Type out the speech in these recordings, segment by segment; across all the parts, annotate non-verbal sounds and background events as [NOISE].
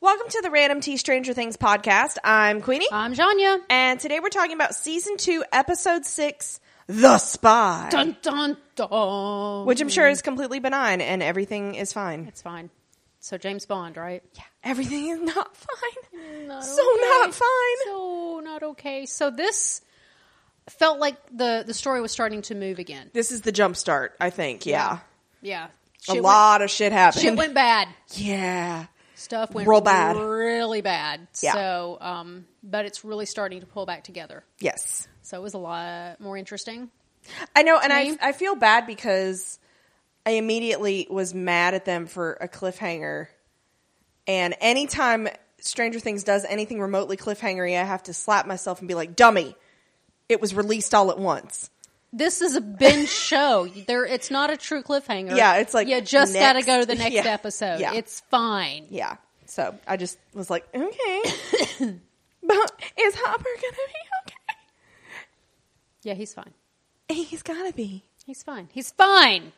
Welcome to the Random Tea Stranger Things podcast. I'm Queenie. I'm Janya. and today we're talking about season two, episode six, The Spy. Dun dun dun. Which I'm sure is completely benign and everything is fine. it's fine. So James Bond, right? Yeah. Everything is not fine. so not fine. So not okay. So this felt like the the story was starting to move again. this is the jump start, I think. Yeah. Yeah. A lot of shit happened. Went, shit went bad. yeah. Stuff went Real bad. Really bad. Yeah. So, um, but it's really starting to pull back together. Yes. So it was a lot more interesting. I know, and me. I I feel bad because I immediately was mad at them for a cliffhanger. And anytime Stranger Things does anything remotely cliffhangery, I have to slap myself and be like, "Dummy, it was released all at once." This is [LAUGHS] a binge show. There, it's not a true cliffhanger. Yeah, it's like you just got to next- go to the [LAUGHS] next yeah, episode. yeah. It's fine. Yeah. So I just was like, [COUGHS] "Okay, but is Hopper gonna Yeah, he's fine. be okay? He's gotta be." He's fine. He's [LAUGHS] fine.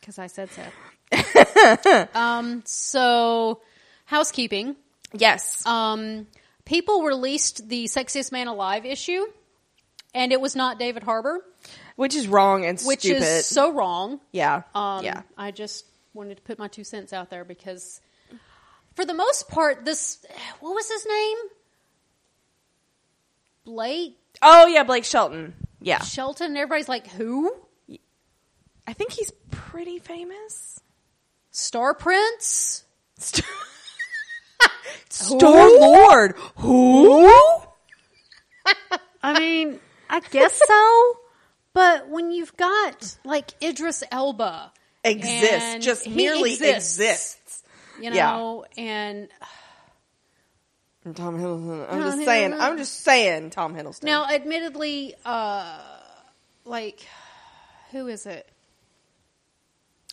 Because I said so. um. So, housekeeping. Yes. Um. People released the sexiest man alive issue, and it was not David Harbor, which is wrong and which stupid. is so wrong. yeah. Um, yeah. I just wanted to put my two cents out there because, for the most part, this what was his name? Blake Oh yeah, Blake Shelton. Yeah. Shelton. Everybody's like, who? I think he's pretty famous. Star Prince? [LAUGHS] St- Star Lord. Who? I mean, I guess so. But when you've got like Idris Elba, Exists. and just he merely exists. you Yeah. know, and And Tom Hiddleston. I'm Tom just saying. Hiddleston. I'm just saying. Tom Hiddleston. Now, admittedly, uh, like who is it?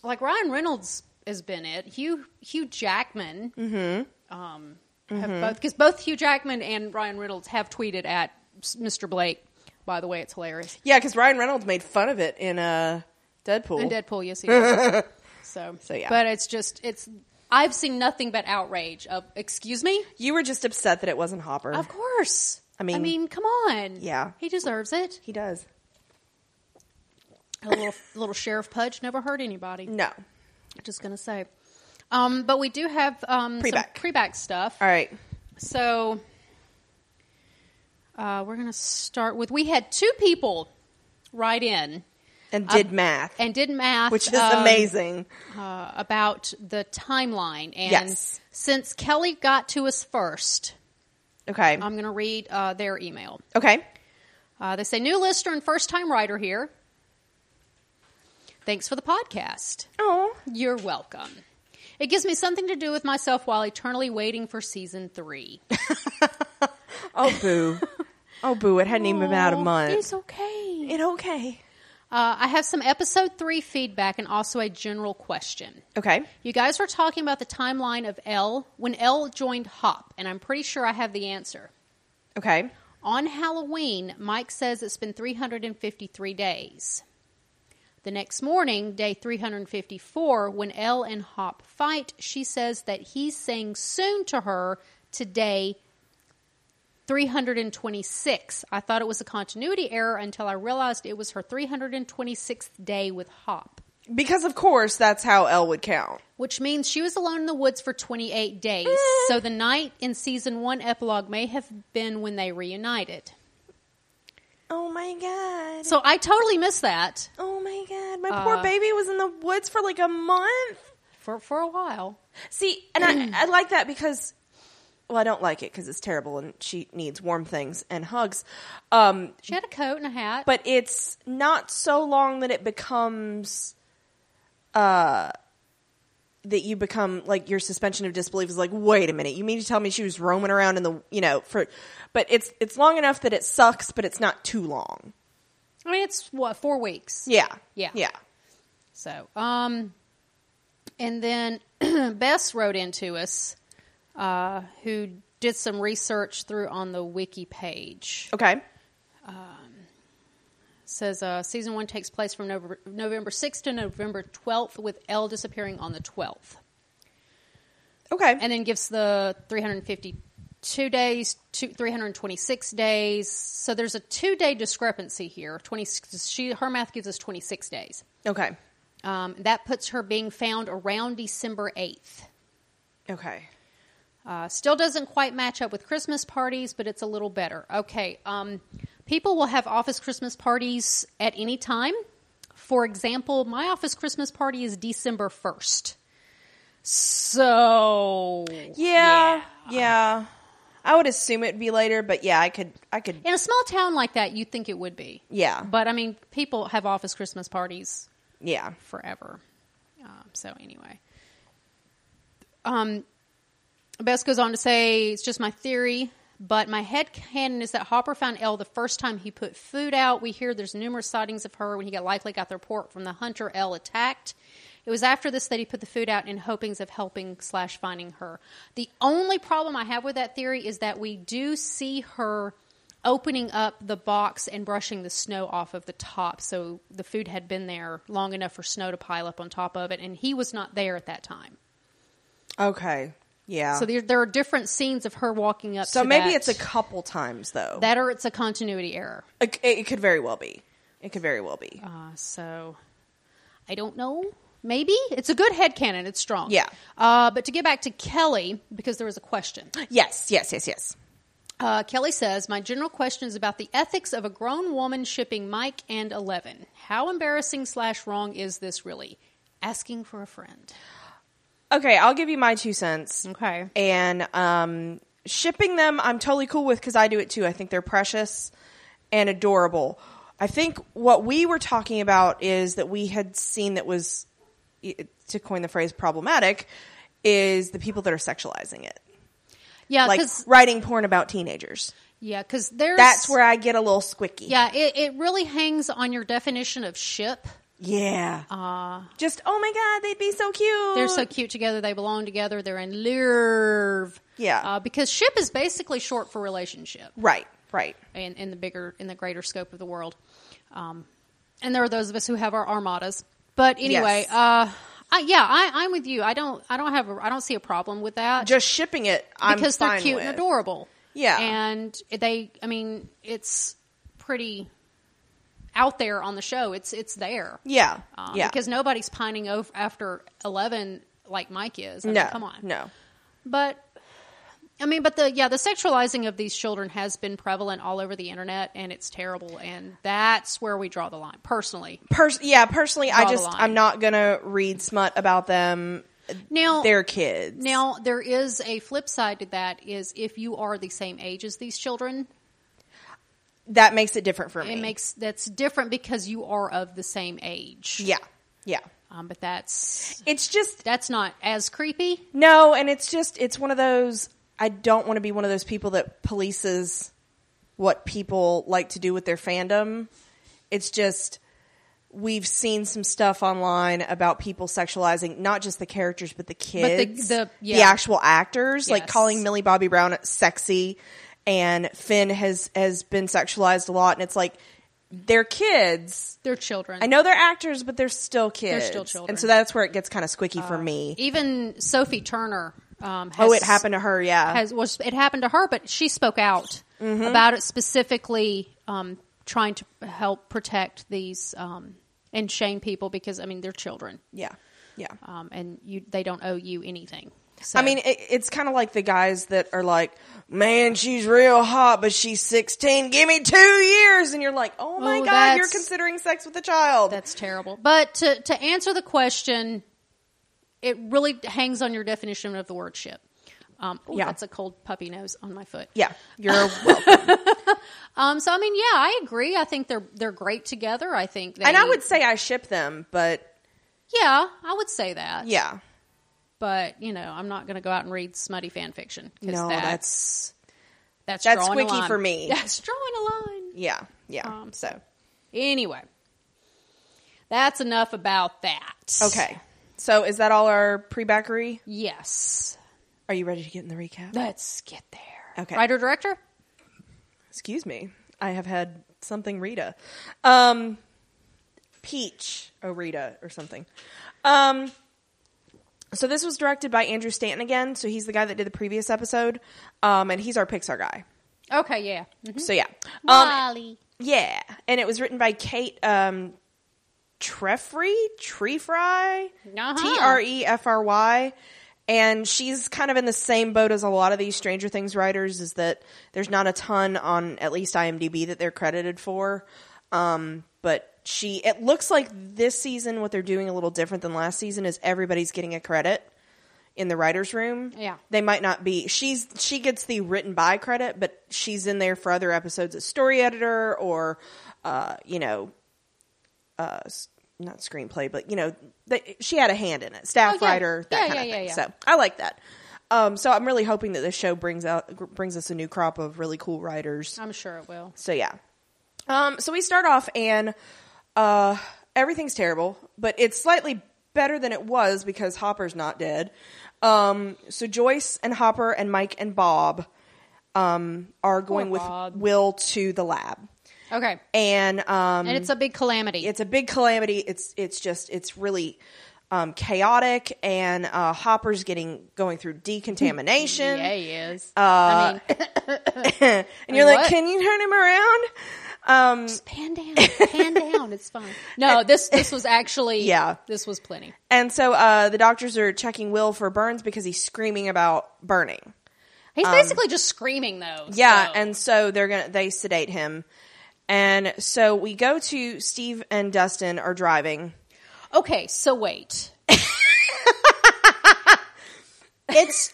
Like Ryan Reynolds has been it. Hugh Hugh Jackman, um, have both because both Hugh Jackman and Ryan Reynolds have tweeted at s- Mr. Blake. By the way, it's hilarious. yeah, because Ryan Reynolds made fun of it in uh, Deadpool. And Deadpool, [LAUGHS] yes, he is. so, So, yeah. but it's just it's. I've seen nothing but outrage of. Excuse me. you were just upset that it wasn't Hopper. Of course. I mean- I mean, come on. Yeah. he deserves it. he does. A little [LAUGHS] little sheriff pudge never hurt anybody. No. Just gonna say, um, but we do have um, Pre-back. some pre-back stuff. All right. So uh, we're gonna start with we had two people write in And did math, Um, and did math, which is um, amazing. uh, about the timeline. And Yes. since Kelly got to us first, Okay. I'm gonna read uh, their email. okay. Uh, they say new listener and first time writer here. Thanks for the podcast. Oh. You're welcome. It gives me something to do with myself while eternally waiting for season three. Oh [LAUGHS] boo. oh boo. It hadn't even been out a Aw, month. It's okay. It okay. Uh, I have some episode three feedback and also a general question. Okay. You guys were talking about the timeline of L when L joined Hop, and I'm pretty sure I have the answer. Okay. On Halloween, Mike says it's been 353 days. The next morning, day 354, when Elle and Hop fight, she says that he's saying soon to her today 326. I thought it was a continuity error until I realized it was her 326th day with Hop, Because of course that's how L would count. which means she was alone in the woods for 28 days. So the night in season one epilogue may have been when they reunited. Oh my god. So I totally missed that. Oh my god. My Uh, poor baby was in the woods for like a month. for for a while. See, and Mm. I, I like that because well, I don't like it because it's terrible and she needs warm things and hugs. Um, She had a coat and a hat. but it's not so long that it becomes uh that you become like your suspension of disbelief is like wait a minute you mean to tell me she was roaming around in the you know for but it's it's long enough that it sucks but it's not too long I mean, it's what four weeks. yeah Yeah. yeah So, um, and then [CLEARS THROAT] Bess wrote into us, uh, who did some research through on the wiki page. okay Says uh, season one takes place from November, November sixth to November twelfth, with Elle disappearing on the twelfth. Okay. and then gives the 352 days to 326 days so there's a two day discrepancy here 26 she her math gives us 26 days okay. um, that puts her being found around december 8th Okay. uh, still doesn't quite match up with christmas parties but it's a little better okay um, people will have office christmas parties at any time for example my office christmas party is december 1st so Yeah. Yeah. I would assume it'd be later, but yeah, I could. I could. In a small town like that, you'd think it would be. Yeah. But I mean, people have office Christmas parties Yeah. forever. Um, so anyway, um, Bess goes on to say, "It's just my theory, but my head canon is that Hopper found Elle the first time he put food out. We hear there's numerous sightings of her when he got likely got the report from the hunter Elle attacked. It was after this that he put the food out in hopings of helping slash finding her. The only problem I have with that theory is that we do see her." opening up the box and brushing the snow off of the top. So the food had been there long enough for snow to pile up on top of it, and he was not there at that time. Okay. Yeah. So there, there are different scenes of her walking up. So to maybe that- it's a couple times though. that, or it's a continuity error. it, it could very well be. It could very well be. Uh, so I don't know. Maybe it's a good headcanon. It's strong. Yeah. Uh, but to get back to Kelly, because there was [GASPS] a question. Yes. Yes. Yes. Yes. Uh, Kelly says, My general question is about the ethics of a grown woman shipping Mike and Eleven. How embarrassing slash wrong is this really? Asking for a friend. Okay, I'll give you my two cents. Okay. And um, shipping them, I'm totally cool with because I do it too. I think they're precious and adorable. I think what we were talking about is that we had seen that was, y- to coin the phrase problematic, is the people that are sexualizing it. Yeah, Like because writing porn about teenagers. yeah, 'cause there's That's where I get a little squicky. yeah, it, it really hangs on your definition of ship. Yeah. Uh, Just, oh my God, they'd be so cute. they're so cute together. They belong together. They're in love. Yeah. Uh, because ship is basically short for relationship. Right, right. in, in the bigger in the greater scope of the world um, and there are those of us who have our armadas but anyway Yes. uh, I, yeah I, i'm with you i don't i don't have a, i don't see a problem with that Just shipping it, I'm because they're fine cute with. and adorable Yeah. and they i mean it's pretty out there on the show it's it's there Yeah, um, yeah. because nobody's pining over after 11 like mike is I mean, no, come on no. but I mean, but the yeah, the sexualizing of these children has been prevalent all over the internet, and it's terrible. And that's where we draw the line, personally. Pers- yeah, personally, Draw I the just line. I'm not gonna read smut about them. Now, They're kids. now there is a flip side to that: is if you are the same age as these children, that makes it different for me. it makes that's different because you are of the same age. yeah, yeah. um, but that's It's just that's not as creepy. no, and it's just it's one of those. I don't want to be one of those people that polices what people like to do with their fandom. It's just we've seen some stuff online about people sexualizing not just the characters but the kids, the- yeah. actual actors, like Yes. calling Millie Bobby Brown sexy, and Finn has has been sexualized a lot, and it's like they're kids. They're children. I know they're actors, but they're still kids. still and children. Uh, so that's where it gets kind of squicky for me. Even Sophie Turner. Um, has, oh, it happened to her, yeah. has was it happened to her, but she spoke out Mm-hmm. about it specifically, um, trying to help protect these um, and shame people because I mean they're children, yeah, yeah. um, and you they don't owe you anything. So, I mean, it, it's kind of like the guys that are like, "Man, she's real hot, but she's 16. Give me two years," and you're like, "Oh my Oh, god, you're that's- considering sex with a child." that's terrible. But to to answer the question, it really hangs on your definition of the word ship. Um, ooh, Yeah. that's a cold puppy nose on my foot. yeah, you're [LAUGHS] welcome. Um, so I mean, yeah, I agree. I think they're they're great together. I think, they, and I would say I ship them, but yeah, I would say that. yeah, but you know, I'm not going to go out and read smutty fan fiction. 'cause No, that's that's that's drawing a squeaky line. for me. [LAUGHS] That's drawing a line. yeah, yeah. Um, so Anyway, that's enough about that. okay, so is that all our pre-backery? Yes, Are you ready to get in the recap? let's get there. Okay. writer director. Excuse me. I have had something Rita. Um Peach Orita or something. Um so this was directed by Andrew Stanton again. So he's the guy that did the previous episode, um, and he's our Pixar guy. Okay, yeah. Mhm. So yeah, um, Wally. yeah, and it was written by Kate um, Trefry, Treefry, Uh-huh. T R E F R Y, and she's kind of in the same boat as a lot of these Stranger Things writers. Is that there's not a ton on at least IMDb that they're credited for, um, but she it looks like this season what they're doing a little different than last season is everybody's getting a credit in the writers room Yeah. they might not be she's she gets the written by credit but she's in there for other episodes as story editor or uh you know uh s- not screenplay but you know they, she had a hand in it staff Oh, yeah. writer that Yeah, kind yeah, of yeah, thing yeah. so i like that um so i'm really hoping that this show brings out gr- brings us a new crop of really cool writers I'm sure it will. so yeah. Um, so we start off and uh, everything's terrible, but it's slightly better than it was because Hopper's not dead. Um, so Joyce and Hopper and Mike and Bob um, are going with Bob. Will to the lab, Okay. and um, And it's a big calamity. it's a big calamity. It's it's just it's really um, chaotic, and uh, Hopper's getting going through decontamination. [LAUGHS] yeah, he is. uh, I mean, And you're like, What? can you turn him around? Um, just pan down, pan down. It's fine. No, this this was [LAUGHS] actually Yeah. Um, This was plenty. And so uh, the doctors are checking Will for burns because he's screaming about burning. He's basically just screaming though. Yeah, so- and so they're gonna they sedate him. And so we go to Steve and Dustin are driving. okay. [LAUGHS] So wait. it's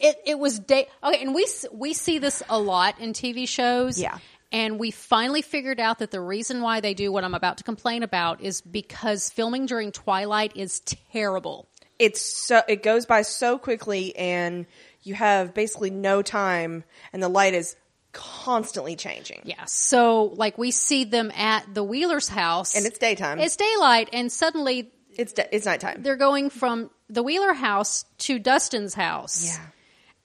it it was day okay, and we s- we see this a lot in TV shows. Yeah. And we finally figured out that the reason why they do what I'm about to complain about is because filming during Twilight is terrible. It's so it goes by so quickly, and you have basically no time, and the light is constantly changing. Yeah. So like we see them at the Wheeler's house And it's daytime. It's it's daylight and suddenly it's, da- it's nighttime. they're going from the Wheeler house to Dustin's house. Yeah.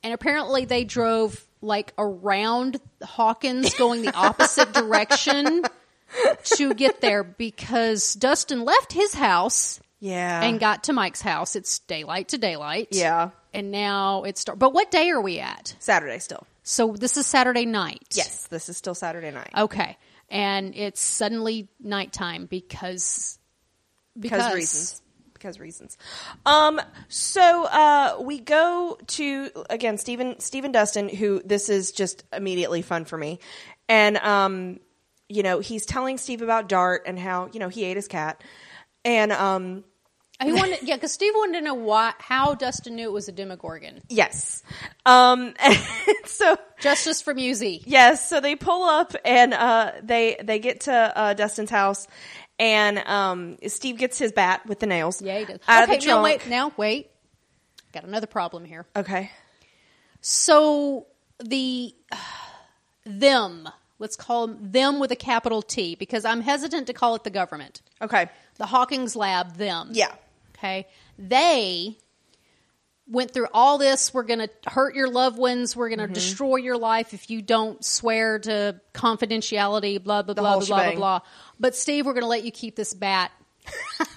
And apparently they drove like around Hawkins going [LAUGHS] the opposite direction to get there because Dustin left his house Yeah, and got to Mike's house. It's daylight to daylight. Yeah. And now it's dark. But what day are we at? Saturday still. So this is Saturday night. Yes, this is still Saturday night Okay. And it's suddenly nighttime because because, because reasons because reasons um so uh we go to again stephen stephen dustin who this is just immediately fun for me and um you know he's telling steve about dart and how you know he ate his cat and um He wanted, yeah, because Steve wanted to know why, how Dustin knew it was a Demogorgon. yes um and so Justice from Muzi. Yes, so they pull up and uh, they they get to uh, Dustin's house, and um, Steve gets his bat with the nails. Yeah, he does. Out of okay, the now trunk. wait, now wait. Got another problem here. Okay, So the [SIGHS] them, let's call them them with a capital T, because I'm hesitant to call it the government. okay, [LAUGHS] The Hawking's lab, them. yeah, Okay. They went through all this. We're going to hurt your loved ones. We're Mm-hmm. going to destroy your life if you don't swear to confidentiality, blah, blah, blah, whole blah, blah, shebang. blah. But, Steve, we're going to let you keep [LAUGHS] this bat.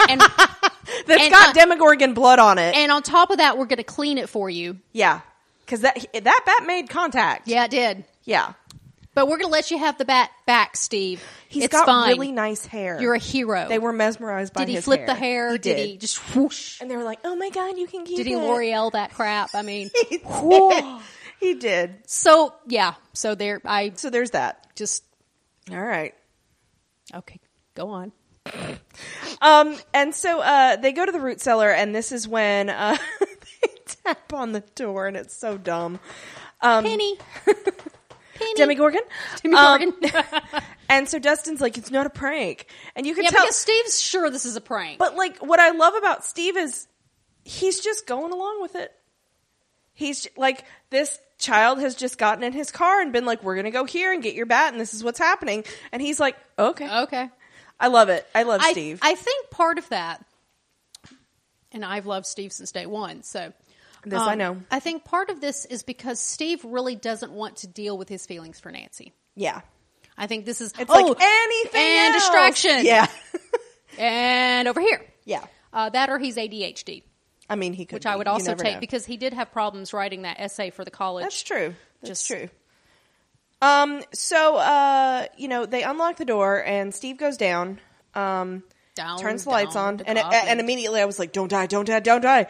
and, That's And, got uh, Demogorgon blood on it. and on top of that, we're going to clean it for you. yeah, because that that bat made contact. Yeah, it did. yeah. But we're going to let you have the bat back, Steve. He's it's got fine. really nice hair. You're a hero. They were mesmerized by did he his flip hair. the hair? He did. he just whoosh? And they were like, "Oh my god, you can keep Did [LAUGHS] he it." L'Oreal that crap? [LAUGHS] I mean, he, did. Whoa. he did. so yeah. So there, I So there's that. just All right. Okay, go on. Um, and so uh, they go to the root cellar, and this is when uh, [LAUGHS] they tap on the door, and it's so dumb. Um, [LAUGHS] Penny. Penny. Demogorgon. Demogorgon. Um, and so Dustin's like, "It's not a prank," and you can yeah, tell. because Steve's sure this is a prank. But like, what I love about Steve is he's just going along with it. He's j- like, this child has just gotten in his car and been like, "We're gonna go here and get your bat," and this is what's happening. And he's like, "Okay, okay. I love it. I love Uh, I, Steve." I think part of that, and I've loved Steve since day one, so. um, This I know. I think part of this is because Steve really doesn't want to deal with his feelings for Nancy. yeah, I think this is it's oh, like anything and else. distraction. Yeah, and over here, [LAUGHS] yeah. uh, that or he's ADHD. I mean, he could. which be. I would You also never take know. because he did have problems writing that essay for the college. That's true. That's Just- true. Um, so uh, you know, they unlock the door and Steve goes down. Um, Down, turns the down, lights on, to and coffee. and immediately I was like, "Don't die, don't die, don't die,"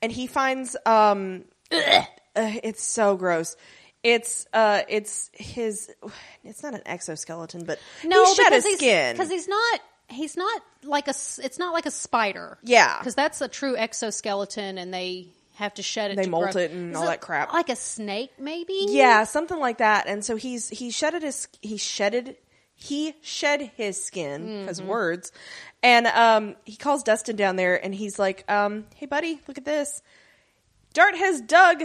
and he finds um, [CLEARS THROAT] uh, it's so gross. It's uh, it's his. [SIGHS] It's not an exoskeleton, but no, he shed his because he's, skin. because he's not. He's not like a. s- It's not like a spider. Yeah. because that's a true exoskeleton, and they have to shed it. They to molt grow. it and Is all that crap. Like a snake, maybe. yeah, something like that. And so he's he shedded his he shedded he shed his skin because words, and um, he calls Dustin down there, and he's like, um, "Hey, buddy, look at this. Dirt has dug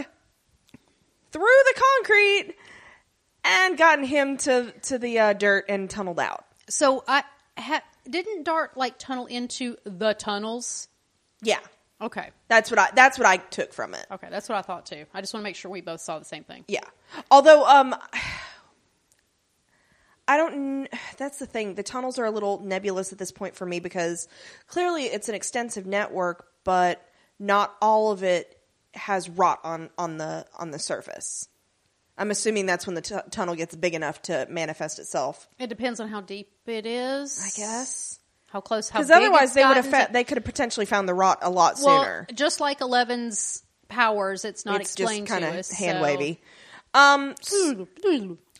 through the concrete and gotten him to to the uh, dirt and tunneled out." So I ha, didn't Dart like tunnel into the tunnels. Yeah, Okay. that's what I that's what I took from it. Okay, that's what I thought too. I just want to make sure we both saw the same thing. Yeah. Although, um, [SIGHS] I don't. kn- [SIGHS] That's the thing. The tunnels are a little nebulous at this point for me because clearly it's an extensive network, but not all of it has rot on on the on the surface. I'm assuming that's when the t- tunnel gets big enough to manifest itself. It depends on how deep it is. I guess How close, how because big otherwise it's they would have gotten. fa- they could have potentially found the rot a lot well, sooner. just like Eleven's powers, it's not it's just explained kind to of us. hand so- wavy. [LAUGHS] Um,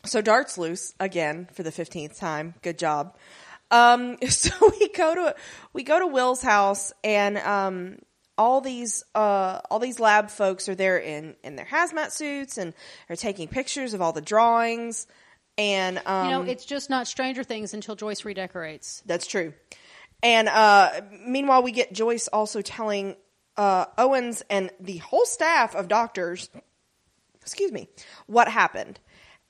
So darts loose again for the fifteenth time. Good job. Um, [LAUGHS] so we go to we go to Will's house, and um, all these uh, all these lab folks are there in in their hazmat suits and are taking pictures of all the drawings. And um, You know, it's just not Stranger Things until Joyce redecorates. that's true. And uh, meanwhile, we get Joyce also telling uh, Owens and the whole staff of doctors, excuse me, what happened.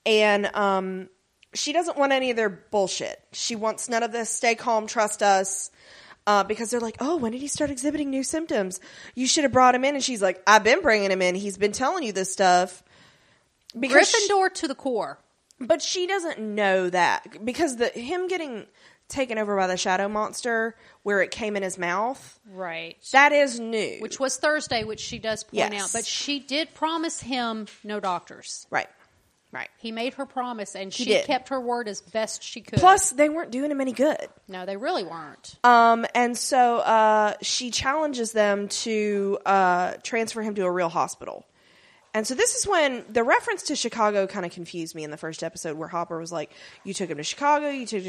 And um, she doesn't want any of their bullshit. She wants none of this. Stay calm, trust us. Uh, because they're like, oh, when did he start exhibiting new symptoms? You should have brought him in. And she's like, I've been bringing him in. He's been telling you this stuff. Because she- Gryffindor to the core. but she doesn't know that because the him getting taken over by the shadow monster where it came in his mouth Right. that is new Which was Thursday, which she does point Yes. out. But she did promise him no doctors. right right He made her promise, and she did. kept her word as best she could. plus they weren't doing him any good no, they really weren't. um and so uh she challenges them to uh transfer him to a real hospital and so this is when the reference to Chicago kind of confused me in the first episode where Hopper was like, you took him to Chicago, you took,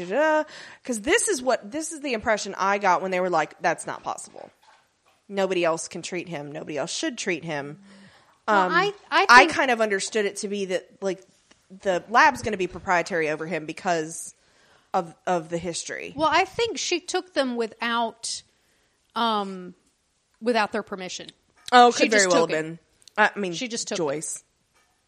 because this is what, this is the impression I got when they were like, that's not possible. Nobody else can treat him. Nobody else should treat him. Well, I, I, I think- kind of understood it to be that like the lab's going to be proprietary over him because of of the history. Well, I think she took them without, um, without their permission. Oh, She could very just well have took it. been. I mean, She just took it. Joyce.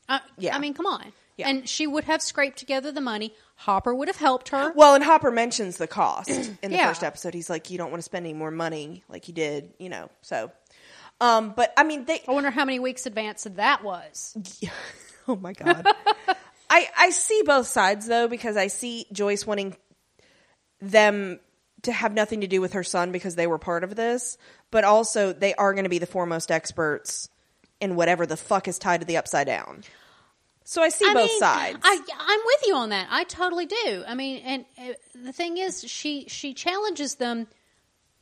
I, Yeah. Uh, I mean, come on. Yeah. And she would have scraped together the money. Hopper would have helped her. Well, and Hopper mentions the cost in the Yeah. first episode. He's like, "You don't want to spend any more money, like you did, you know." So, um, but I mean, they. I wonder how many weeks advance that was. [LAUGHS] Oh my [LAUGHS] god. I I see both sides though because I see Joyce wanting them to have nothing to do with her son because they were part of this, but also they are going to be the foremost experts in whatever the fuck is tied to the upside down. So I see both mean, sides. I, I'm with you on that. I totally do. I mean, and uh, the thing is, she she challenges them.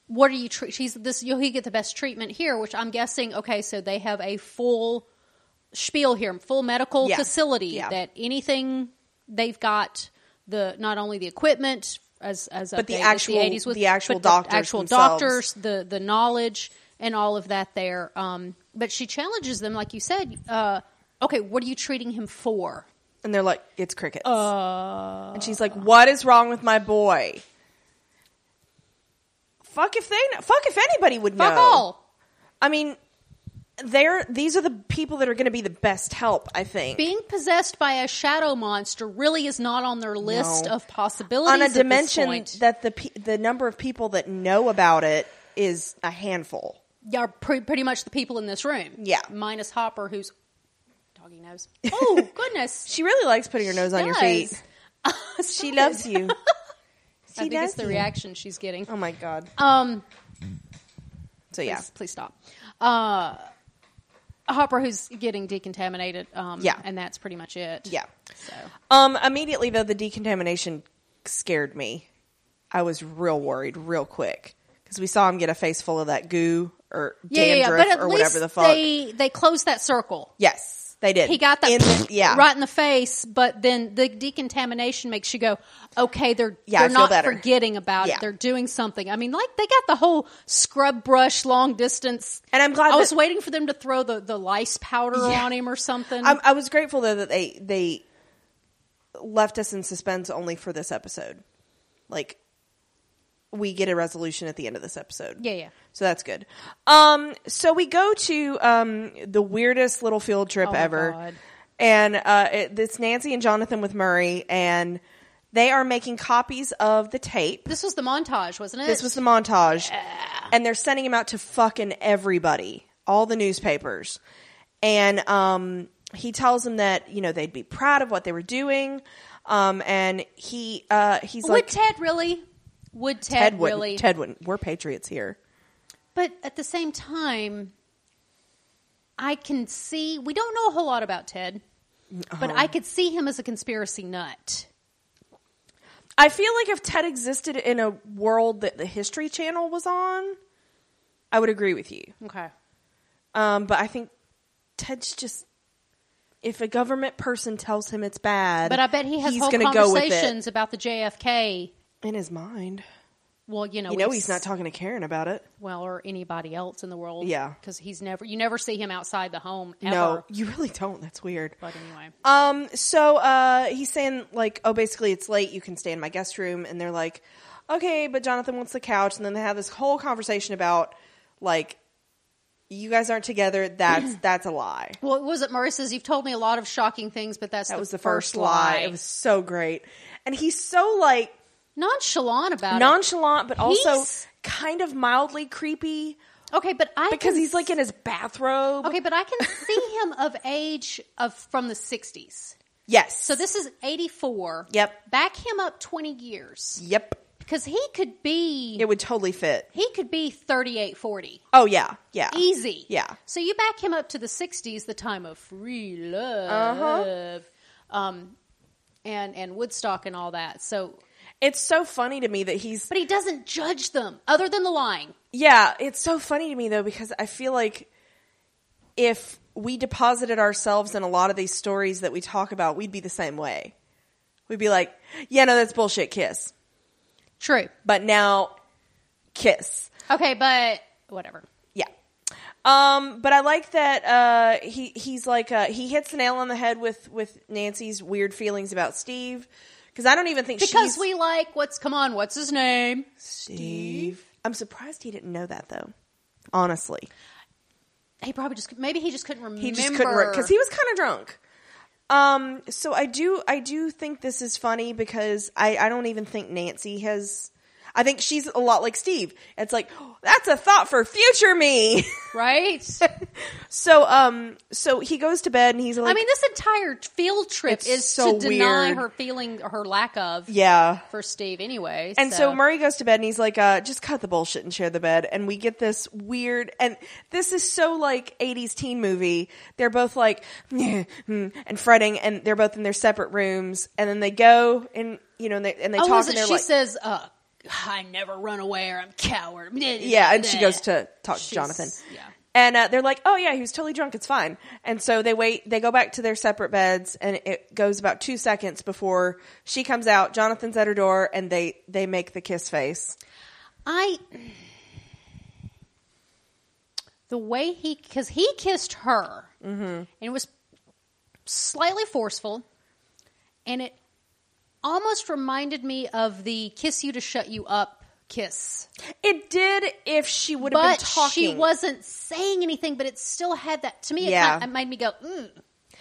What are you? Tre- she's this. You'll get the best treatment here, which I'm guessing. Okay, so they have a full spiel here, full medical Yeah. facility Yeah. that anything they've got the not only the equipment as as but the actual- the 80s with the actual but doctors the actual themselves. doctors the the knowledge and all of that there. Um, but she challenges them, like you said. Uh, okay, what are you treating him for? and they're like, "It's crickets." and she's like, "What is wrong with my boy?" Fuck if they kn- fuck if anybody would know. Fuck all. I mean, they're these are the people that are going to be the best help. I think Being possessed by a shadow monster really is not on their list No. of possibilities. on a at this dimension point. that the pe- the number of people that know about it is a handful. are pre- pretty much the people in this room. Yeah. minus Hopper, who's doggy nose. [LAUGHS] Oh goodness, She really likes putting her nose on your feet. [LAUGHS] Guys. She loves you. [LAUGHS] I She think does it's the Um, you. reaction she's getting. Oh my god. Um, So So, yeah. please, please stop. Uh, Hopper, who's getting decontaminated. Um, Yeah. and that's pretty much it. Yeah. So Um, immediately though, the decontamination scared me. I was real worried, real quick, because we saw him get a face full of that goo or yeah, yeah, yeah. dandruff But at or least whatever the fuck. they they closed that circle. yes, they did. He got that In the- yeah, right in the face, but then the decontamination makes you go, okay, they're Yeah, I they're feel not better. forgetting about Yeah. it. They're doing something. I mean, like they got the whole scrub brush long distance. And I'm glad I was that- waiting for them to throw the the lice powder Yeah. on him or something. I, I was grateful though that they they left us in suspense only for this episode. Like, we get a resolution at the end of this episode. yeah, yeah. So that's good. Um, so we go to um, the weirdest little field trip Oh my ever. God. And uh, it, it's Nancy and Jonathan with Murray, and they are making copies of the tape. This was the montage, wasn't it? This was the montage. And they're sending them out to fucking everybody, all the newspapers. And um, he tells them that, you know, they'd be proud of what they were doing. Um, and he uh, he's would like, Ted really? Would Ted, Ted wouldn't. really? Ted wouldn't. We're patriots here. But at the same time, I can see we don't know a whole lot about Ted, Mm-hmm. but I could see him as a conspiracy nut. I feel like if Ted existed in a world that the History Channel was on, I would agree with you. Okay. Um, but I think Ted's just if a government person tells him it's bad, But I bet he has he's whole gonna go with it conversations about the JFK. in his mind. Well, you know, You know we've he's not s- talking to Karen about it. well, or anybody else in the world. Yeah. because he's never. You never see him outside the home ever. No, you really don't. That's weird. But anyway, Um, so uh, he's saying like, oh, basically it's late. You can stay in my guest room, and they're like, okay, but Jonathan wants the couch, and then they have this whole conversation about like, you guys aren't together. [CLEARS THROAT] That's that's a lie. well, it was it Marissa's? You've told me a lot of shocking things, but that's That was the first, lie. It was so great, and he's so like nonchalant about nonchalant, but also He's- kind of mildly creepy it. Okay, but I because can he's like in his bathrobe. Okay, but I can see him of age of from the '60s. Yes. So this is '84. Yep. back him up 20 years Yep. because he could be It would totally fit. he could be 38, 40, Oh yeah, yeah. easy. Yeah. So you back him up to the '60s, the time of free love, Uh-huh. um, and and Woodstock and all that. So, It's so funny to me that he's but he doesn't judge them other than the lying. Yeah, it's so funny to me though because I feel like if we deposited ourselves in a lot of these stories that we talk about, we'd be the same way. We'd be like, "Yeah, no, that's bullshit, kiss." True. But now kiss. Okay, but whatever. Yeah. Um, but I like that uh, he he's like uh, he hits the nail on the head with with Nancy's weird feelings about Steve because I don't even think Because she's, we like what's come on. What's his name? Steve. I'm surprised he didn't know that though. Honestly, He probably just maybe he just couldn't remember. he just couldn't work because he was kind of drunk. Um, so I do I do think this is funny because I I don't even think Nancy has. I think she's a lot like Steve. It's like "Oh, that's a thought for future me. [LAUGHS] right. so um so he goes to bed and he's like I mean, this entire t- field trip It's is so to deny weird. her feeling her lack of yeah for Steve anyway. And so. Murray goes to bed and he's like, uh, just cut the bullshit and share the bed. And we get this weird, and this is so like 80s teen movie. They're both like, [LAUGHS] "Yeah, mm," and fretting, and they're both in their separate rooms. And then they go and, you know, and they, and they oh, talk is it, and they're she like, says, uh, "I never run away or I'm coward." yeah. And she goes to talk to She's- Jonathan. yeah. And uh, they're like, oh yeah, he was totally drunk. It's fine. And so they wait, they go back to their separate beds and it goes about two seconds before she comes out. Jonathan's at her door and they, they make the kiss face. I. The way he, because he kissed her, Mm-hmm. and it was slightly forceful, and it almost reminded me of the "kiss you to shut you up" kiss. It did if she would have been but talking. she wasn't saying anything. But it still had that to me. It, Yeah. kind of, it made me go, mm.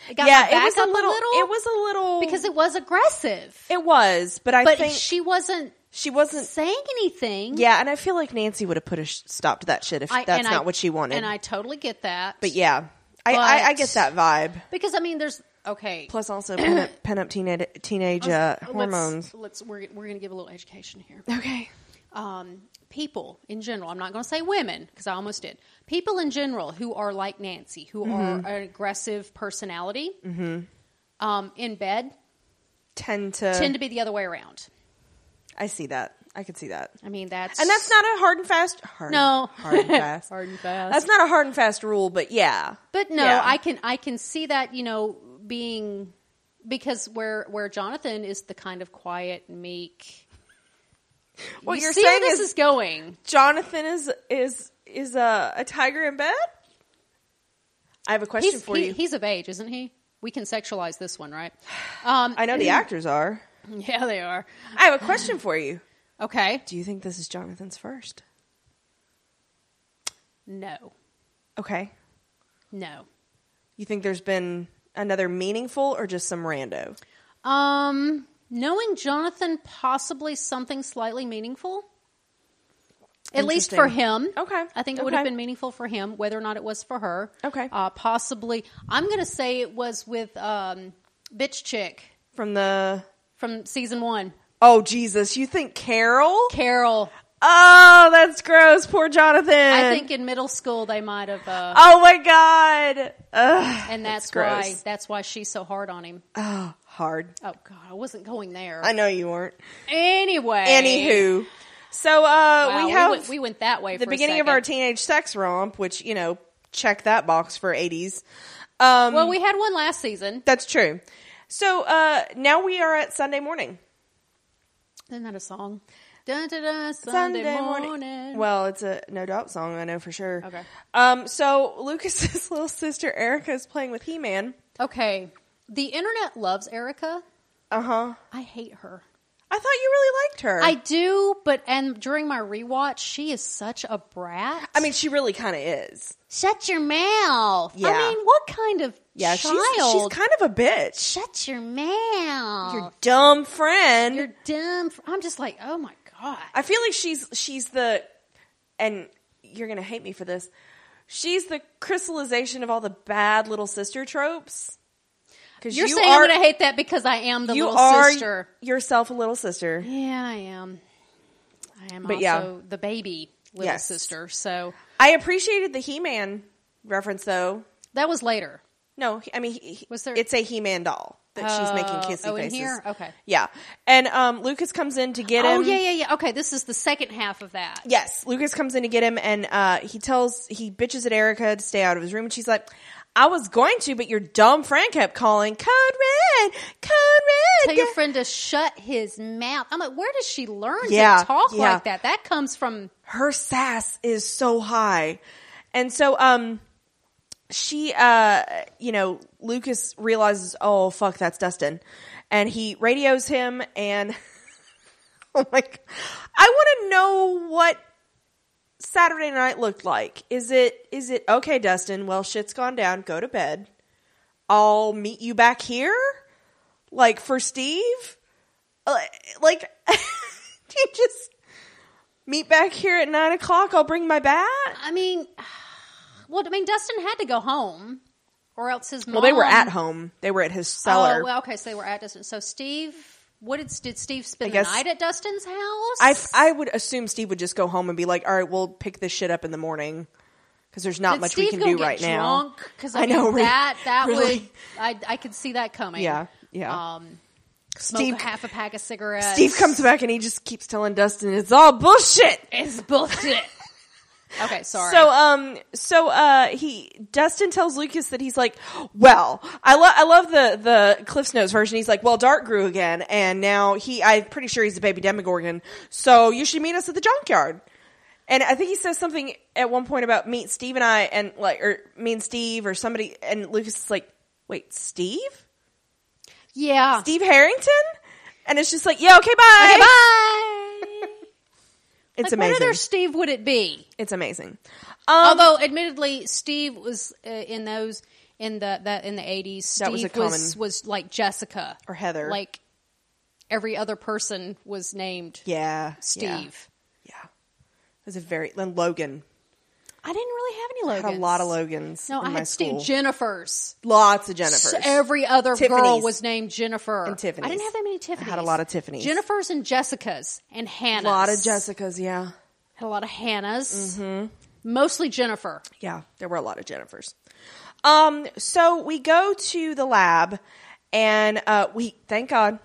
it got yeah, my back it was up a little, It was a little because it was aggressive. it was, but I but think she, she wasn't wasn't. saying anything. Yeah, and I feel like Nancy would have put a sh- stop to that shit if I- that's and I- not what she wanted. and I totally get that. but yeah, I, I, I But- get that vibe. because I mean, there's okay. Plus, [CLEARS THROAT] also pent up, pent up teenage, teenage uh, Let's- hormones. Let's, we're we're gonna give a little education here. Okay, um, people in general. I'm not going to say women because I almost did. People in general who are like Nancy, who are Mm-hmm. an aggressive personality um, in bed, Tend to, tend to be the other way around. I see that. I could see that. I mean, that's And that's not a hard and fast. Hard, No. hard and fast. [LAUGHS] Hard and fast. That's not a hard and fast rule, but yeah. But no, Yeah. I can I can see that you know being because where where Jonathan is the kind of quiet meek. What you you're see where saying this is- is going. Jonathan is is is a, a tiger in bed. I have a question He's for he- you. he's of age, isn't he? We can sexualize this one, right? Um, I know the actors are. [LAUGHS] yeah, they are. I have a question for you. Okay, Do you think this is Jonathan's first? no, Okay. no. You think there's been another meaningful or just some rando? Um, knowing Jonathan, possibly something slightly meaningful. At least for him. Interesting. Okay. I think it would have Okay. been meaningful for him, whether or not it was for her. Okay. Uh, possibly. I'm going to say it was with um, Bitch Chick From the from season one, Oh Jesus, you think Carol? Carol. Oh, that's gross. Poor Jonathan. I think in middle school they might have, uh, Oh my god. Ugh, and that's Ah, gross. why that's why she's so hard on him. Oh, hard. Oh God, I wasn't going there. I know you weren't. anyway, Anywho. So uh Wow, we have went, we went that way. the for a beginning of second. our teenage sex romp, which, you know, check that box for 80s. Um well, we had one last season. that's true. So uh now we are at Sunday morning. Isn't that a song? Dun, dun, dun, Sunday, morning. Well, it's a no doubt song, I know for sure. Okay. Um, so Lucas's [LAUGHS] little sister Erica is playing with He Man. okay. The internet loves Erica. Uh huh. I hate her. I thought you really liked her. Uh-huh. I do, but and during my rewatch, she is such a brat. I mean, she really kind of is. shut your mouth. Yeah. I mean, what kind of Yeah, child? she's she's kind of a bitch. shut your mouth. Your dumb friend. You're dumb. fr- I'm just like, oh my god. I feel like she's she's the, and you're gonna hate me for this. She's the crystallization of all the bad little sister tropes. Because You're saying I'm going to hate that because I am the you little are sister. yourself a little sister. Yeah, I am. I am But also yeah. the baby little Yes. sister. So I appreciated the He-Man reference though. that was later. No, he- I mean, he, he- Was there- it's a He-Man doll that she's making kissy oh, in faces. here? Okay. Yeah. And um, Lucas comes in to get him. Oh yeah, yeah, yeah. Okay, this is the second half of that. Yes, Lucas comes in to get him and uh, he tells he bitches at Erica to stay out of his room and she's like, "I was going to, but your dumb friend kept calling code red, code Tell red." your friend to shut his mouth. I'm like, where does she learn Yeah, to talk yeah. like that? That comes from her sass is so high. And so um she uh you know, Lucas realizes, "Oh fuck, that's Dustin." And he radios him and [LAUGHS] oh my g- I want to know what Saturday night looked like. Is it is it okay, Dustin? Well, shit's gone down. Go to bed. I'll meet you back here like for Steve? Uh, Like [LAUGHS] you just meet back here at nine o'clock. I'll bring my bat. I mean well, I mean Dustin had to go home or else his mom Well, they were at home. They were at his cellar. Oh, well, okay, so they were at Dustin. So Steve what did did Steve spend guess- the night at Dustin's house? I, I would assume Steve would just go home and be like, "All right, we'll pick this shit up in the morning because there's not Did much Steve we can gonna do get right now." drunk? Because I, I know, know re- that that would really. I I could see that coming. Yeah, yeah. Um, smoke Steve, half a pack of cigarettes. Steve comes back and he just keeps telling Dustin, "It's all bullshit." [LAUGHS] It's bullshit. okay, sorry. So um so uh he Dustin tells Lucas that he's like, well, I love I love the the Cliff's Notes version. He's like, well, Dart grew again, and now he I'm pretty sure he's a baby Demogorgon. So you should meet us at the junkyard. And I think he says something at one point about meet Steve and I and like or me and Steve or somebody and Lucas is like, wait, Steve? yeah. Steve Harrington? And it's just like, yeah, okay, bye. Okay, bye. [LAUGHS] It's like, What amazing. other Steve would it be? It's amazing. Um, Although, admittedly, Steve was uh, in those in the that in the eighties. Steve That was a was common- was like Jessica Or Heather. Like every other person was named yeah, yeah. Steve. Yeah. It was a very, then Logan. I didn't really have any I Logans. had a lot of Logans. No, in I my had school. Steve Jennifer's. Lots of Jennifers. So every other girl Tiffany's. was named Jennifer. And Tiffany's. I didn't have that many I had a Tiffany's. lot of Tiffany's. Jennifer's and Jessica's and Hannah's. a lot of Jessicas. Yeah, Had a lot of Hannah's. Mm-hmm. Mostly Jennifer. yeah. There were a lot of Jennifers. Um. So we go to the lab, and uh, we thank God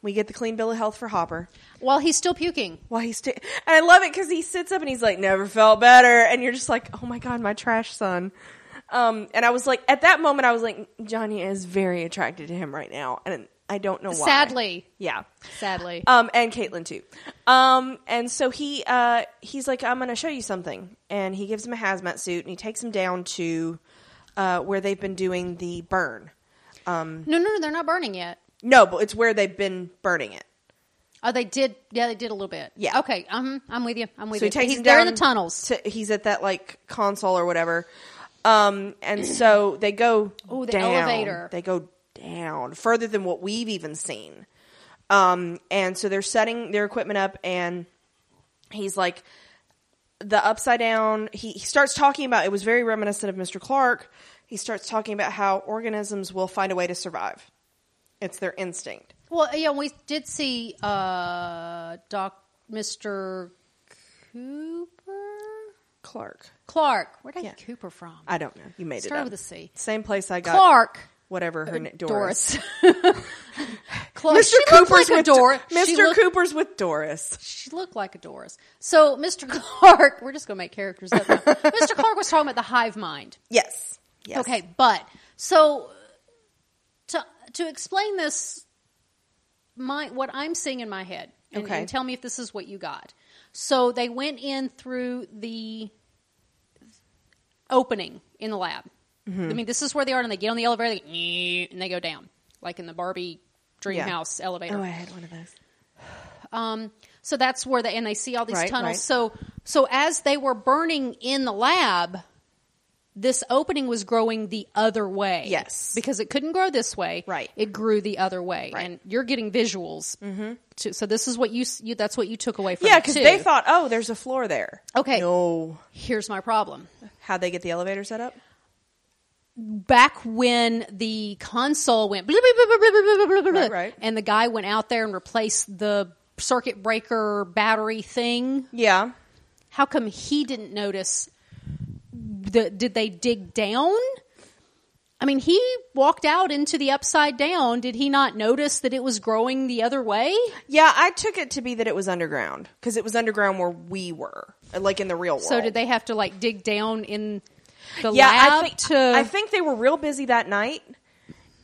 we get the clean bill of health for Hopper. While he's still puking. While he's sta- and I love it because he sits up and he's like, "Never felt better," and you're just like, "Oh my God, my trash son." Um. And I was like, at that moment, I was like, Johnny is very attracted to him right now, and I don't know why. Sadly. Yeah. Sadly. um, and Caitlin too. Um, and so he uh, he's like, I'm going to show you something, and he gives him a hazmat suit, and he takes him down to uh, where they've been doing the burn. no, no, no, they're not burning yet. No, but it's where they've been burning it. Oh, they did. Yeah, they did a little bit. Yeah. Okay. Um, I'm with you. I'm with So you. he takes he's him there down in the tunnels. To, he's at that like console or whatever. Um, and so they go Ooh, the down. elevator. They go down further than what we've even seen. Um, and so they're setting their equipment up, and he's like the upside down. He, he starts talking about it was very reminiscent of Mr. Clark. He starts talking about how organisms will find a way to survive. It's their instinct. Well, yeah, we did see uh, Doc Mr. Cooper Clark. Clark. Where did I get Yeah. Cooper from? I don't know. You made it Started up. with a C. Same place I got Clark. Uh, whatever her name Doris. Doris. [LAUGHS] Clark. Mr. She looked Cooper's like a with Doris. Mr. She looked, Cooper's with Doris. She looked like a Doris. So Mr. [LAUGHS] Clark, we're just gonna make characters up. Now. Mr. Clark was talking about the hive mind. Yes. Yes. Okay, but so to to explain this, my what I'm seeing in my head, and, Okay. and tell me if this is what you got. So they went in through the opening in the lab. Mm-hmm. I mean, this is where they are, and they get on the elevator, they, go, and they go down, like in the Barbie dream Yeah. house elevator. Oh, I had one of those. Um, so that's where they and they see all these Right, tunnels. right. So so as they were burning in the lab, this opening was growing the other way. Yes. because it couldn't grow this way. Right. it grew the other way, Right. and you're getting visuals. Mm-hmm. To, so this is what you, s- you that's what you took away from. Yeah, it, because too. they thought, oh, there's a floor there. Okay. No. here's my problem. How'd they get the elevator set up? back when the console went bleep, bleep, bleep, bleep, bleep, bleep, bleep, Right, bleep, bleep, right. and the guy went out there and replaced the circuit breaker battery thing Yeah. how come he didn't notice the, did they dig down i mean he walked out into the upside down did he not notice that it was growing the other way Yeah, I took it to be that it was underground because it was underground where we were, like in the real world. so did they have to like dig down in the Yeah, lab I think to I think they were real busy that night,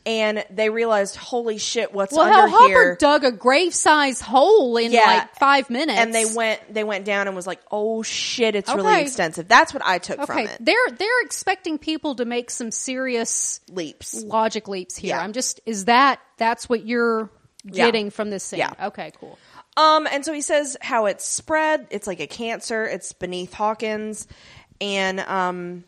and they realized, holy shit, what's well hell under hopper here? dug a grave size hole in Yeah. like five minutes and they went, they went down and was like, "Oh shit, it's really Okay. extensive." That's what I took from okay it. they're they're expecting people to make some serious Leaps. logic leaps here Yeah. i'm just is that that's what you're Yeah. getting from this scene Yeah. okay cool Um, and so he says how it's spread. It's like a cancer. It's beneath Hawkins, and um,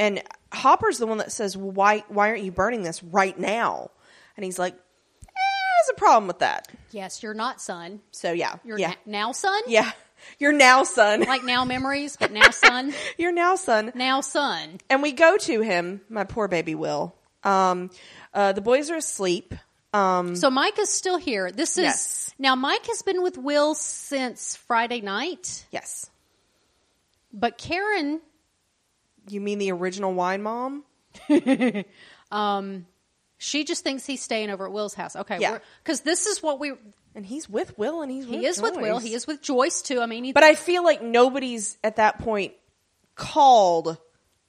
and Hopper's the one that says, well, "Why why aren't you burning this right now?" And he's like, eh, "There's a problem with that." Yes, you're not son. So yeah, You're yeah, na- now son. [LAUGHS] yeah. You're now son. Like now memories, but now son. [LAUGHS] You're now son. now son. And we go to him, my poor baby Will. Um, uh, the boys are asleep. Um, So Mike is still here. This is Yes. now Mike has been with Will since Friday night, yes. but Karen, You mean the original wine mom? um, she just thinks he's staying over at Will's house. Okay, Yeah. Because this is what we And he's with Will, and he's he with is with Will. Joyce. He is with Joyce too. I mean, he, But I feel like nobody's at that point called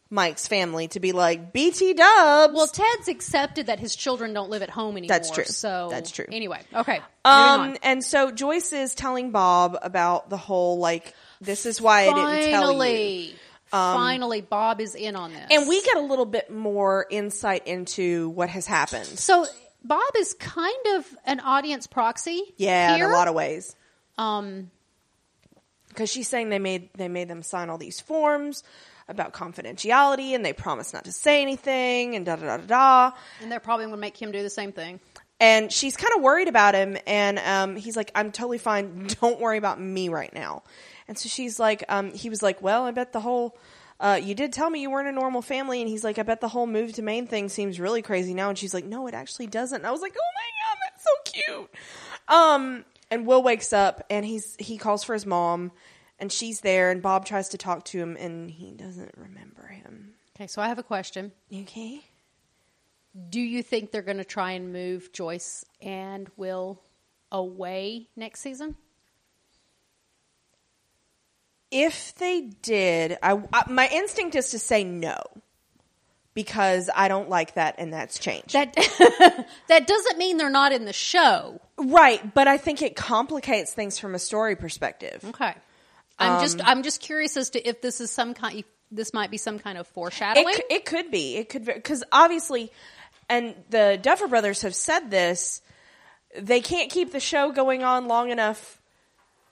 Mike's family to be like BT Dubs. well, Ted's accepted that his children don't live at home anymore. That's true. So That's true. Anyway, okay. moving um, on. and so Joyce is telling Bob about the whole like this is why I didn't tell you. Um, Finally, finally, Bob is in on this, And we get a little bit more insight into what has happened. So Bob is kind of an audience proxy. Yeah, here. in a lot of ways. Um, Because she's saying they made they made them sign all these forms about confidentiality, and they promised not to say anything, and da da da da da. and they're probably would make him do the same thing. and she's kind of worried about him and um, he's like i'm totally [LAUGHS] fine don't worry about me right now and so she's like um, he was like well i bet the whole uh, you did tell me you weren't a normal family. And he's like, I bet the whole move to Maine thing seems really crazy now. And she's like, no, it actually doesn't. And I was like, oh my God, that's so cute. Um, and Will wakes up and he's, he calls for his mom and she's there and Bob tries to talk to him and he doesn't remember him. Okay, so I have a question. Okay. Do you think they're going to try and move Joyce and Will away next season? If they did, I, I- my instinct is to say no because I don't like that [LAUGHS] and that's changed. That [LAUGHS] that doesn't mean they're not in the show. right, but I think it complicates things from a story perspective. Okay. I'm Um, just I'm just curious as to if this is some kind this might be some kind of foreshadowing. It, c- it could be. It could because obviously, and the Duffer Brothers have said this. They can't keep the show going on long enough,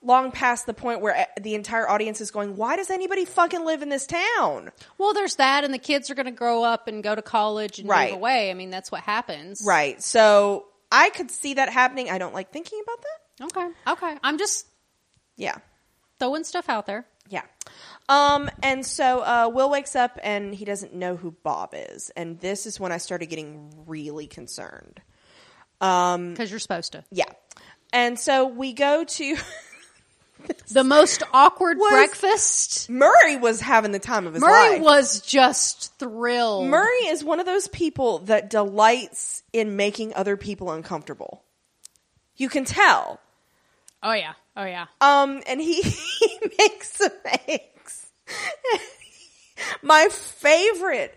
long past the point where eh, the entire audience is going, "Why does anybody fucking live in this town?" well, there's that and the kids are going to grow up and go to college and Right. move away. I mean, that's what happens. Right. So I could see that happening. I don't like thinking about that. Okay. Okay. I'm just Yeah. throwing stuff out there. Yeah. Um, and so uh, Will wakes up and he doesn't know who Bob is. And this is when I started getting really concerned. Because you're supposed to. Yeah. And so we go to [LAUGHS] The most awkward Was- breakfast. Murray was having the time of his Murray life. was just thrilled. Murray is one of those people that delights in making other people uncomfortable. You can tell. oh yeah. Oh yeah. Um, and he, [LAUGHS] he makes some eggs. my favorite,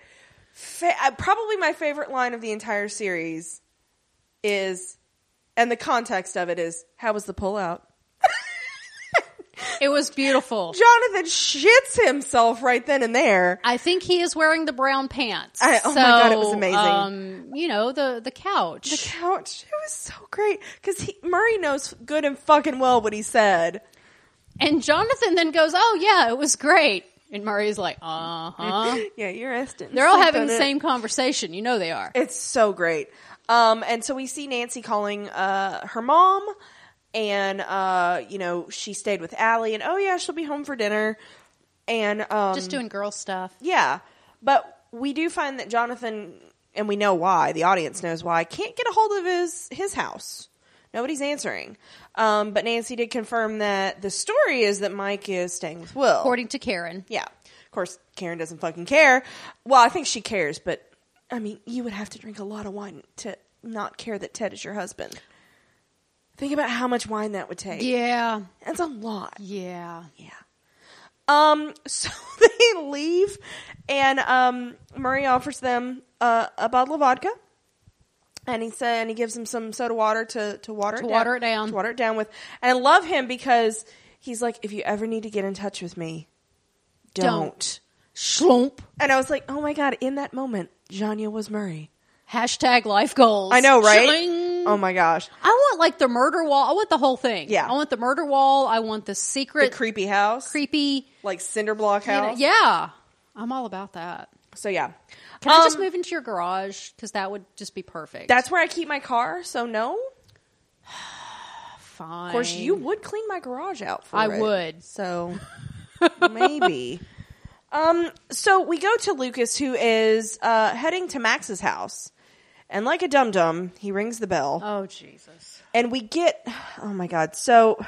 fa- uh, probably my favorite line of the entire series is, and the context of it is, how was the pullout? It was beautiful. Jonathan shits himself right then and there. I think he is wearing the brown pants. I- oh my God, it was So, amazing. Um, you know the the couch. The couch. It was so great because Murray knows good and fucking well what he said. And Jonathan then goes, "Oh yeah, it was great." And Murray's like, [LAUGHS] "Uh huh." Yeah, you're instant. They're all having the same conversation. You know they are. It's so great. Um, and so we see Nancy calling uh, her mom, and uh, you know she stayed with Allie, and oh yeah, she'll be home for dinner, and um, Just doing girl stuff. yeah. But we do find that Jonathan, and we know why. The audience knows why. Can't get a hold of his his house. Nobody's answering. Um, but Nancy did confirm that the story is that Mike is staying with Will. According to Karen, Yeah. Of course, Karen doesn't fucking care. Well, I think she cares, but I mean, you would have to drink a lot of wine to not care that Ted is your husband. Think about how much wine that would take. yeah, That's a lot. yeah. Yeah. Um, so [LAUGHS] they leave, and um, Murray offers them uh, a bottle of vodka, and he said, and he gives them some soda water to to water To it down, water it down. to water it down with. And I love him because he's like, if you ever need to get in touch with me, Don't. don't. Schlump. And I was like, oh my god! In that moment, Janya was Murray. Hashtag life goals. I know, right? Shling. Oh my gosh, I want like the murder wall. I want the whole thing. Yeah. I want the murder wall. I want the the secret creepy house, creepy. like cinder block you know- house. yeah, I'm all about that. So yeah, Can I just Um, move into your garage? Because that would just be perfect. That's where I keep my car. So no, fine. of course you would clean my garage out. for I it. would. So maybe. Um. So we go to Lucas, who is uh, heading to Max's house, and like a dum dum, he rings the bell. Oh Jesus. and we get oh my god so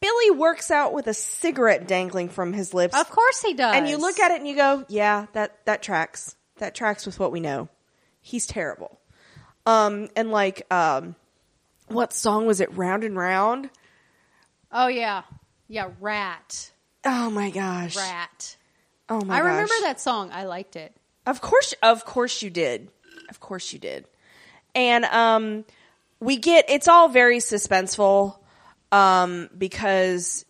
billy works out with a cigarette dangling from his lips Of course he does. and you look at it and you go yeah that that tracks that tracks with what we know he's terrible um and like um what song was it round and round Oh yeah, yeah. Rat, oh my gosh rat. oh my I remember gosh. that song. I liked it. Of course, of course you did. Of course you did. And um, we get it's all very suspenseful um, because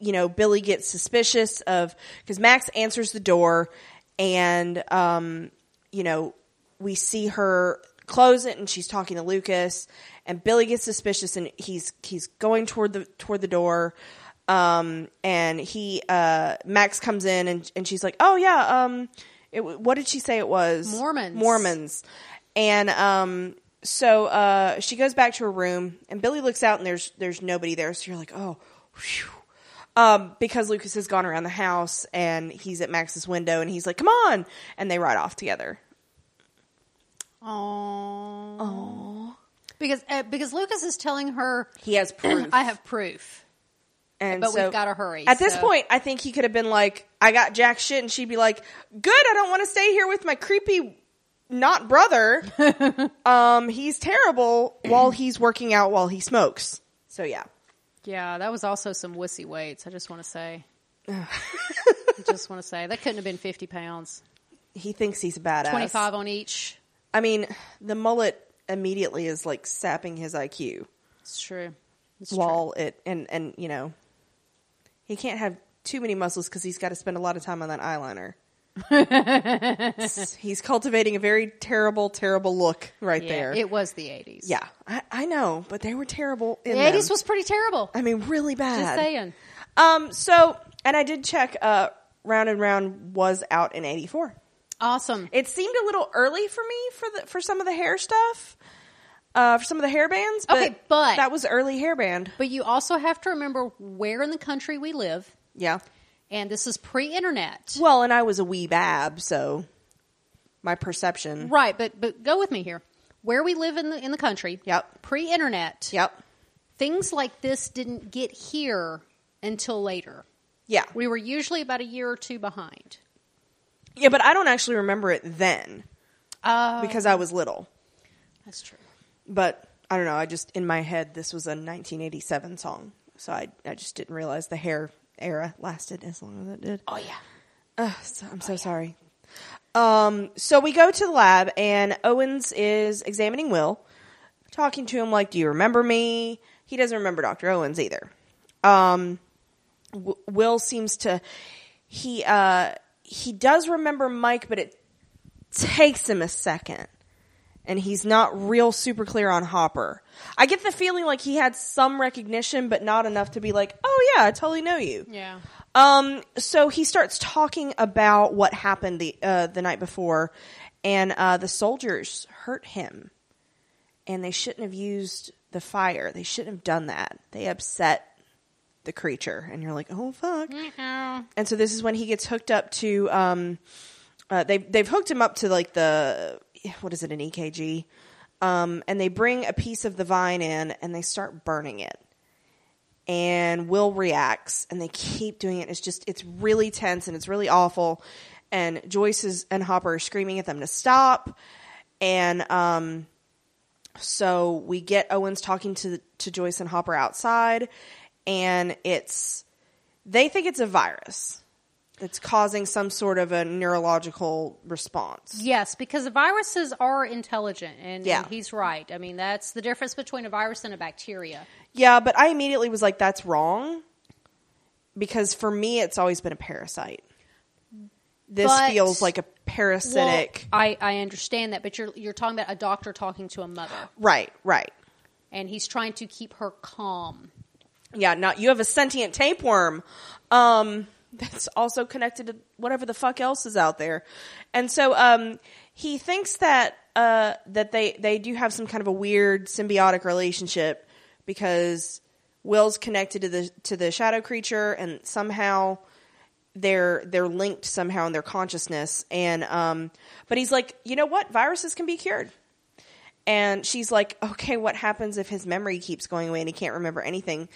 you know Billy gets suspicious of because Max answers the door and um, you know we see her close it and she's talking to Lucas and Billy gets suspicious and he's he's going toward the toward the door um and he uh Max comes in and and she's like oh yeah um it, w- what did she say it was Mormons. Mormons and um so uh she goes back to her room and Billy looks out and there's there's nobody there so you're like oh whew. Um, because Lucas has gone around the house and he's at Max's window and he's like, "Come on!" and they ride off together. Oh. Because uh, because Lucas is telling her He [CLEARS THROAT] has proof. I have proof. And But we've so- gotta hurry, At this so- point, I think he could have been like, I got jack shit, and she'd be like, Good, I don't want to stay here with my creepy not brother. [LAUGHS] um, he's terrible while he's working out while he smokes. So yeah. Yeah, that was also some wussy weights. I just want to say. I [LAUGHS] just want to say that couldn't have been fifty pounds. He thinks he's a badass. Twenty five on each. I mean, the mullet immediately is like sapping his IQ It's true. It's true. while it and and you know he can't have too many muscles because he's got to spend a lot of time on that [LAUGHS] eyeliner. It's- he's cultivating a very terrible, terrible look right Yeah, there. It was the eighties. Yeah, I, I know, but they were terrible. In the them. eighties was pretty terrible. I mean, really bad. Just saying. Um. So, and I did check. Uh, Round and Round was out in '84. Awesome. It seemed a little early for me for the for some of the hair stuff, uh, for some of the hair bands. But Okay, but- that was early hair band. But you also have to remember where in the country we live, Yeah. and this is pre-internet. Well, and I was a wee bab, so my perception. Right, but but go with me here. Where we live in the in the country. Yep. Pre-internet. Yep. Things like this didn't get here until later. Yeah. We were usually about a year or two behind. Yeah, but I don't actually remember it then Uh, because I was little. that's true. but I don't know. I just in my head this was a 1987 song, so I I just didn't realize the hair era lasted as long as it did. Oh yeah. Ugh, so- I'm so sorry. Um, so we go to the lab, and Owens is examining Will, talking to him like, "Do you remember me?" He doesn't remember Doctor Owens either. Um, w- Will seems to he uh he does remember Mike, but it takes him a second, and he's not real super clear on Hopper. I get the feeling like he had some recognition, but not enough to be like, "Oh yeah, I totally know you." Yeah. Um, so he starts talking about what happened the uh, the night before, and uh, the soldiers hurt him, and they shouldn't have used the fire. They shouldn't have done that. They upset the creature, and you're like, oh fuck. And so this is when he gets hooked up to um, uh, they they've hooked him up to like the what is it an EKG, um, and they bring a piece of the vine in and they start burning it and Will reacts, and they keep doing it. It's just it's really tense and it's really awful. And Joyce is, and Hopper are screaming at them to stop. And um, so we get Owens talking to to Joyce and Hopper outside, and it's they think it's a virus that's causing some sort of a neurological response. Yes, because viruses are intelligent, and, Yeah. and he's right. I mean, that's the difference between a virus and a bacteria. Yeah, but I immediately was like, that's wrong. Because for me, it's always been a parasite. This But- feels like a parasitic. Well, I, I understand that, but you're you're talking about a doctor talking to a mother, right, right. and he's trying to keep her calm. Yeah, not you have a sentient tapeworm. Um that's also connected to whatever the fuck else is out there. And so um he thinks that uh that they they do have some kind of a weird symbiotic relationship because Will's connected to the to the shadow creature and somehow they're they're linked somehow in their consciousness and um but he's like, "You know what? Viruses can be cured." And she's like, okay, what happens if his memory keeps going away and he can't remember anything?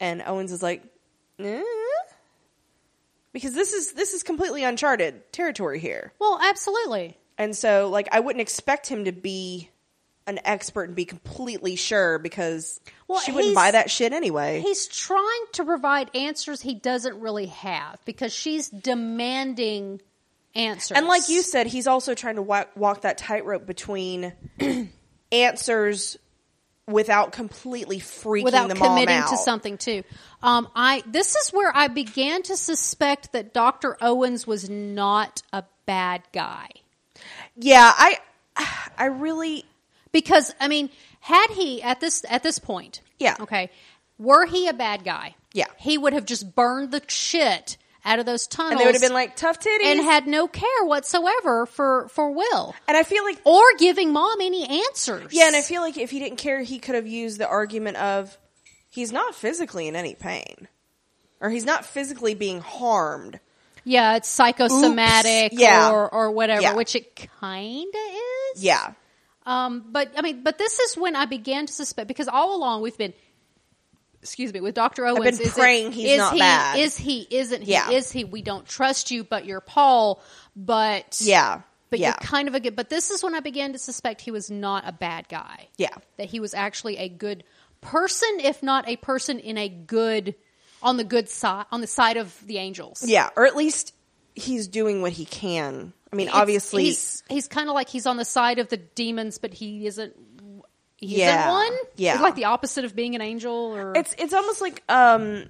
And Owens is like, eh? because this is this is completely uncharted territory here. Well, absolutely. And so, like, I wouldn't expect him to be an expert and be completely sure because Well, she wouldn't he's- buy that shit anyway. He's trying to provide answers he doesn't really have because she's demanding answers. And like you said, he's also trying to walk, walk that tightrope between [CLEARS THROAT] answers without completely freaking without the mom committing out. to something too. Um, I this is where I began to suspect that Doctor Owens was not a bad guy Yeah, I, I really because I mean, had he at this at this point, Yeah. okay, were he a bad guy, Yeah. he would have just burned the shit out of those tunnels, and they would have been like tough titties. and And, had no care whatsoever for for Will I feel like or giving mom any answers. yeah, and I feel like if he didn't care, he could have used the argument of he's not physically in any pain. or he's not physically being harmed. Yeah, it's psychosomatic Oops. Yeah. or or whatever, Yeah. which it kinda is. Yeah. Um, but I mean, but this is when I began to suspect because all along we've been, excuse me, with Doctor Owens. been is it- praying he's is not he, bad. Is he? Isn't he? Yeah. Is he? We don't trust you, but you're Paul. But Yeah. but yeah. you're kind of a good. But this is when I began to suspect he was not a bad guy. Yeah. that he was actually a good person, if not a person in a good on the good side on the side of the angels. yeah. Or at least he's doing what he can. I mean, It's- obviously, he's, he's kind of like he's on the side of the demons, but he isn't. He Yeah. isn't one. Yeah. He's like the opposite of being an angel, or It's it's almost like um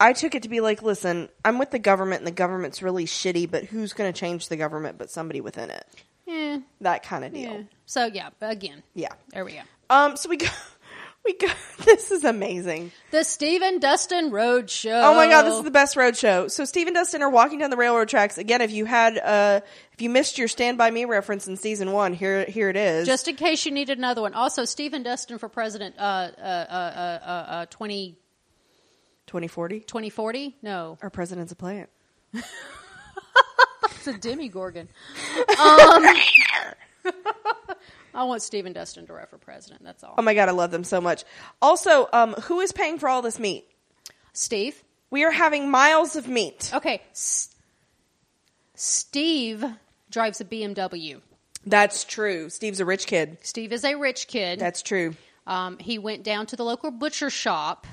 I took it to be like, listen, I'm with the government and the government's really shitty, but who's going to change the government but somebody within it? Eh, That kind of yeah. deal. So yeah, again, Yeah. there we go. Um so we go [LAUGHS] we go this is amazing. The Stephen Dustin Road Show. Oh my god, this is the best road show. So Steve and Dustin are walking down the railroad tracks. Again, if you had uh if you missed your Stand by Me reference in season 1, here here it is. just in case you needed another one. Also, Stephen Dustin for president. Uh, uh, uh, uh, uh, uh 20, 2040 2040? No, our president's a plant. it's a demigorgon. Um, Oh I want Stephen Dustin to run for president. That's all. Oh my god, I love them so much. Also, um who is paying for all this meat? Steve. We are having miles of meat. Okay. S- Steve drives a BMW. That's true. Steve's a rich kid. Steve is a rich kid. That's true. Um, he went down to the local butcher shop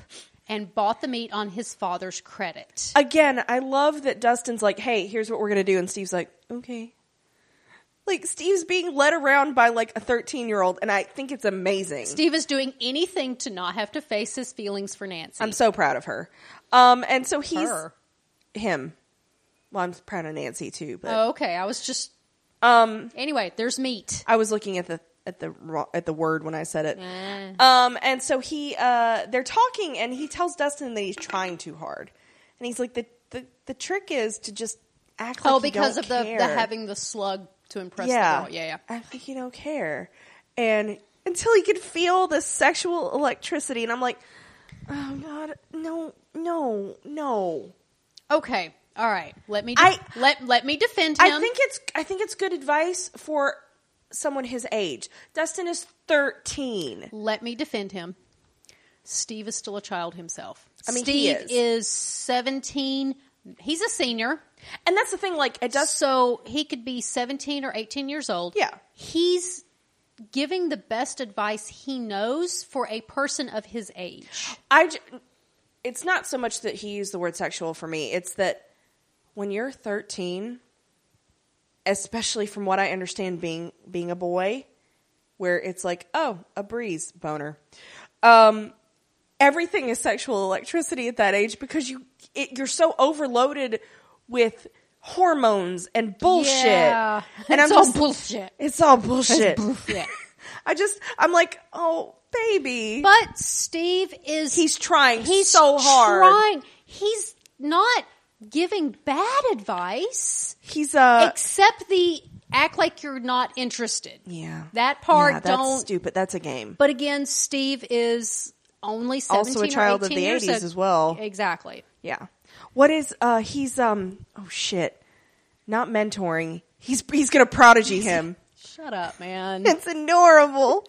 and bought the meat on his father's credit. Again, I love that Dustin's like, "Hey, here's what we're gonna do," and Steve's like, "Okay." Like Steve's being led around by like a 13 year old, and I think it's amazing. Steve is doing anything to not have to face his feelings for Nancy. I'm so proud of her. Um, and so he's Her. him. Well, I'm proud of Nancy too, but Oh, okay, I was just. Um. Anyway, there's meat. I was looking at the at the wrong- at the word when I said it. Eh. Um, and so he uh, they're talking, and he tells Dustin that he's trying too hard, and he's like the the, the trick is to just act. Oh, like you because don't of the, the care. having the slug to impress yeah, the girl. Yeah, yeah. Act like you don't care, and until he could feel the sexual electricity, and I'm like, oh god, no, no, no. Okay, all right. Let me. I- let let me defend him. I think it's I think it's good advice for someone his age. Dustin is 13. Let me defend him. Steve is still a child himself. I mean, Steve he is. is 17. He's a senior. And that's the thing like it does so he could be 17 or 18 years old. Yeah. He's giving the best advice he knows for a person of his age. I j- it's not so much that he used the word sexual for me. It's that when you're 13, especially from what I understand being being a boy, where it's like, oh, a breeze boner. Um everything is sexual electricity at that age because you it, you're so overloaded with hormones and bullshit. Yeah. And It's I'm all just- bullshit. It's all bullshit. Yeah. I just I'm like, "Oh, baby." But Steve is he's trying so hard. Trying. He's not giving bad advice. He's uh except the act like you're not interested. Yeah. That part Yeah, that's don't. stupid. That's a game. But again, Steve is only 17 Also a child or of 18 the years 80s ag- as well. Exactly. Yeah. What is uh he's um oh shit. Not mentoring. He's he's going to prodigy [LAUGHS] him. Shut up, [LAUGHS] man. it's adorable.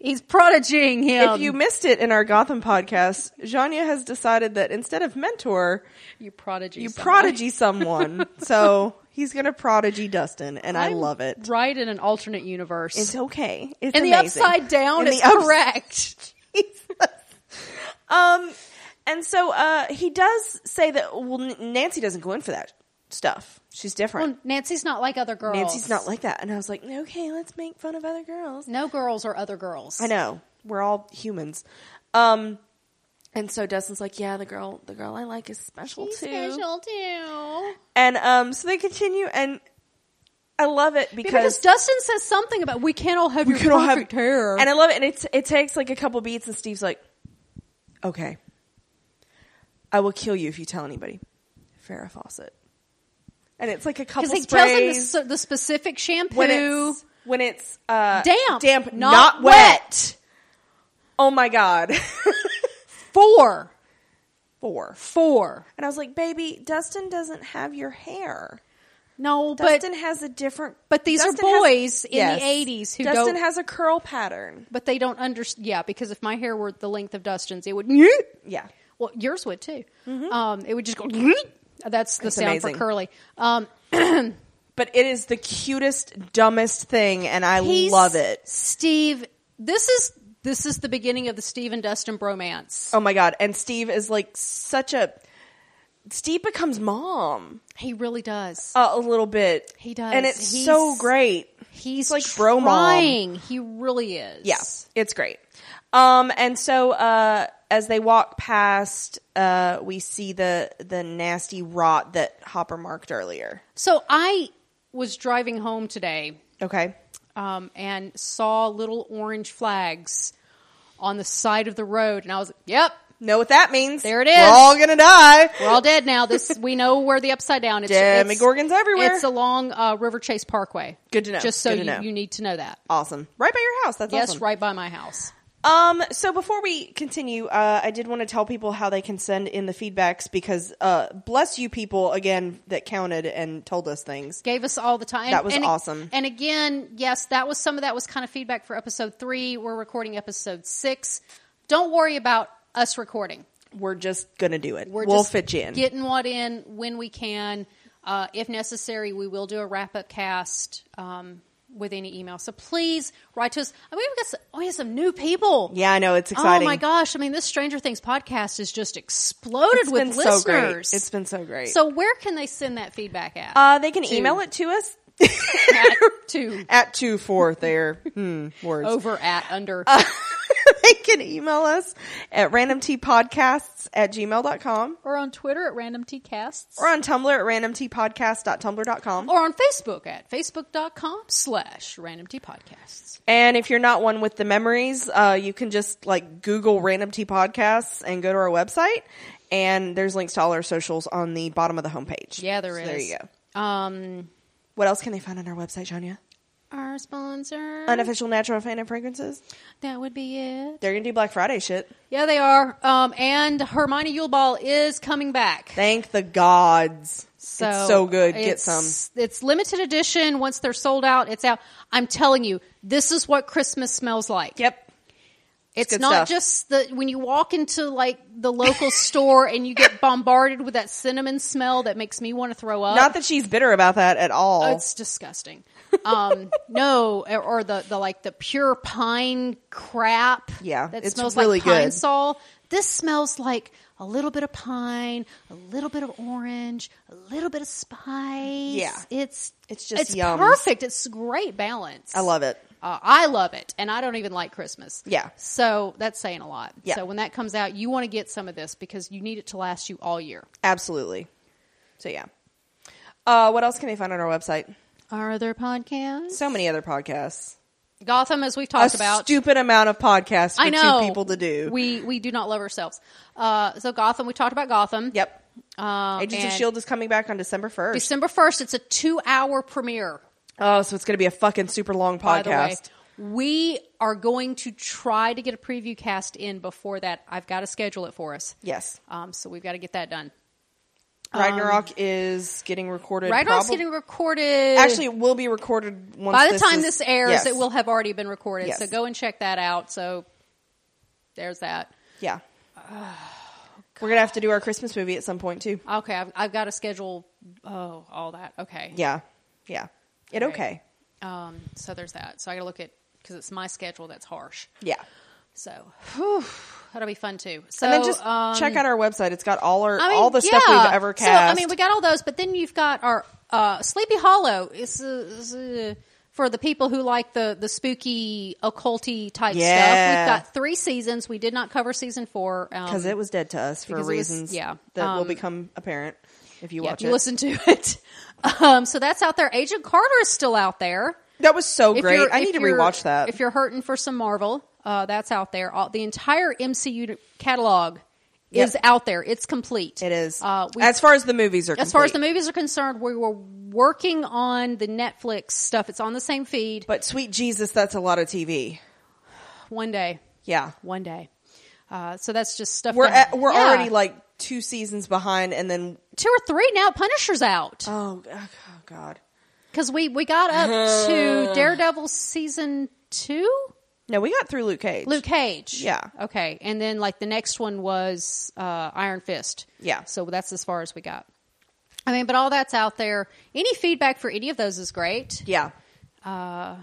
He's prodiging him. if you missed it in our Gotham podcast, Janya has decided that instead of mentor, you prodigy, you somebody. prodigy [LAUGHS] someone. so, he's going to prodigy Dustin and i I'm love it. Right in an alternate universe. It's okay. It's and the amazing. upside down And is the ups- correct. Um, and so uh, he does say that. Well, N- Nancy doesn't go in for that stuff. She's different. Well, [LAUGHS] Nancy's not like other girls. Nancy's not like that. And I was like, okay, let's make fun of other girls. No girls are other girls. I know we're all humans. Um, and so Dustin's like, yeah, the girl, the girl I like is special too. Special too. And um, so they continue, and I love it because. Because Dustin says something about we can't all have we your could all have perfect hair. and I love it. And it's it takes like a couple beats, and Steve's like, "Okay, I will kill you if you tell anybody." Farrah Fawcett, and it's like a couple because he sprays tells him the, s- the specific shampoo. when it's when it's uh, Damp, damp, not not, wet. wet. Oh my god! four. [LAUGHS] four. Four. And I was like, baby, Dustin doesn't have your hair. No, Dustin but has a different. But these are Dustin has- boys in the 80s who Dustin don't- has a curl pattern. but they don't understand. Yeah, because if my hair were the length of Dustin's, it would. [LAUGHS] Yeah. Well, yours would too. Um, it would just go. [LAUGHS] That's the It's sound Mm-hmm. amazing. for curly. Um, But it is the cutest, dumbest thing, and I He's- love it. Steve. This is this is the beginning of the Steve and Dustin bromance. Oh my god! And Steve is like such a. Steve becomes mom He really does. uh, a little bit. He does. and it's He's- so great. He's like like bro mom. trying. He really is. Yeah, it's great. Um, and so uh, as they walk past, uh, we see the the nasty rot that Hopper marked earlier. So I was driving home today Okay. um, and saw little orange flags on the side of the road, and I was like, "Yep, Know what that means? There it We're is. all gonna die. we're all dead [LAUGHS] now. This we know where the upside down. It's, it's Demogorgons everywhere. It's along uh, River Chase Parkway. Good to know. Just so Good to you, know. you need to know that. Awesome. Right by your house. That's Yes, awesome. right by my house. Um, so before we continue, uh, I did want to tell people how they can send in the feedbacks because uh, bless you people again that counted and told us things. Gave us all the time. That was and, awesome. And again, yes, that was some of that was kind of feedback for episode three. We're recording episode six. Don't worry about us recording. We're just gonna do it. We're we will just fit you in. Getting what in when we can. Uh, if necessary, we will do a wrap up cast um, with any email. So please write to us. I mean, we've got some, we have some new people. yeah, I know it's exciting. Oh my gosh! I mean, this Stranger Things podcast is just exploded It's with been listeners. so great. It's been so great. So where can they send that feedback at? uh, they can email it to us [LAUGHS] at [LAUGHS] to at two four [LAUGHS] there hmm, words. over at under. [LAUGHS] Uh, they can email us at randomtpodcasts at gmail.com [LAUGHS] or on Twitter at Random Tea Casts. or on Tumblr at randomtpodcast.tumblr.com. Or on Facebook at facebook.com slash random tea podcasts. And if you're not one with the memories, uh, you can just like Google Random Tea Podcasts and go to our website. And there's links to all our socials on the bottom of the homepage. Yeah, there So is. There you go. Um, What else can they find on our website, Janya? our sponsor. Unofficial natural fan and fragrances. that would be it. They're gonna do Black Friday shit. Yeah, they are. Um, and Hermione Yuleball is coming back. Thank the gods. So it's so good. Get it's- some. It's limited edition. Once they're sold out, it's out. I'm telling you, this is what Christmas smells like. Yep. It's good not stuff. just the when you walk into like [LAUGHS] the local store and you get bombarded with that cinnamon smell that makes me want to throw up. Not that she's bitter about that at all. it's disgusting. Um, [LAUGHS] no, or, or the the like the pure pine crap. Yeah, that it's smells really like pine good. sol. This smells like a little bit of pine, a little bit of orange, a little bit of spice. Yeah. it's It's just it's yums. perfect. It's great balance. I love it. Uh, I love it, and I don't even like Christmas. Yeah. So that's saying a lot. Yeah. So when that comes out, you want to get some of this because you need it to last you all year. Absolutely. So yeah. Uh, what else can they find on our website? Our other podcast, So many other podcasts. Gotham, as we've a talked about, stupid amount of podcasts for I know two people to do. We we do not love ourselves. Uh, so Gotham, we talked about Gotham. yep. Um, Agents of and Shield E is coming back on December first. December first. It's a two hour premiere. Oh, so it's going to be a fucking super long By the way, podcast. we are going to try to get a preview cast in before that. I've got to schedule it for us. Yes, Um, so we've got to get that done. Ragnarok is getting recorded. Um, Ragnarok's probab- getting recorded. actually it will be recorded once by the time is- this airs, Yes. it will have already been recorded. Yes. So go and check that out. So there's that. [SIGHS] Yeah, we're gonna have to do our Christmas movie at some point too. Okay, I've, I've got to schedule. Oh, all that. Okay. Yeah, yeah, it Right. okay. Um, so there's that. So I got to look at because it's my schedule that's harsh. Yeah, So whew, that'll be fun too. So and then just um, check out our website. It's got all our I mean, all the stuff yeah. we've ever cast. So I mean, we got all those, but then you've got our uh, Sleepy Hollow. It's, uh, it's, uh, for the people who like the the spooky occulty type Yeah. stuff. We've got three seasons. We did not cover season four um, because it was dead to us for because it was- reasons yeah. that will Um, become apparent if you yeah, watch if you it. listen to [LAUGHS] it. Um, so that's out there. Agent Carter is still out there. that was so If great. you're- I if need to you're- rewatch that. If you're hurting for some Marvel, uh, that's out there. All, the entire MCU catalog Yep. is out there. It's complete. it is Uh, we, as as, far as the movies are. far as the complete. movies are concerned, we were working on the Netflix stuff. It's on the same feed. but sweet Jesus, that's a lot of TV. one day, Yeah, one day. Uh, so that's just stuff. we're that- at, we're Yeah. already like two seasons behind, and then Two or three now. Punisher's out oh, g- oh god, because we we got up uh, to Daredevil season two. no, we got through Luke Cage. Luke Cage. Yeah. Okay. And then like the next one was uh, Iron Fist. Yeah. So that's as far as we got. I mean, but all that's out there. Any feedback for any of those is great. yeah, Uh,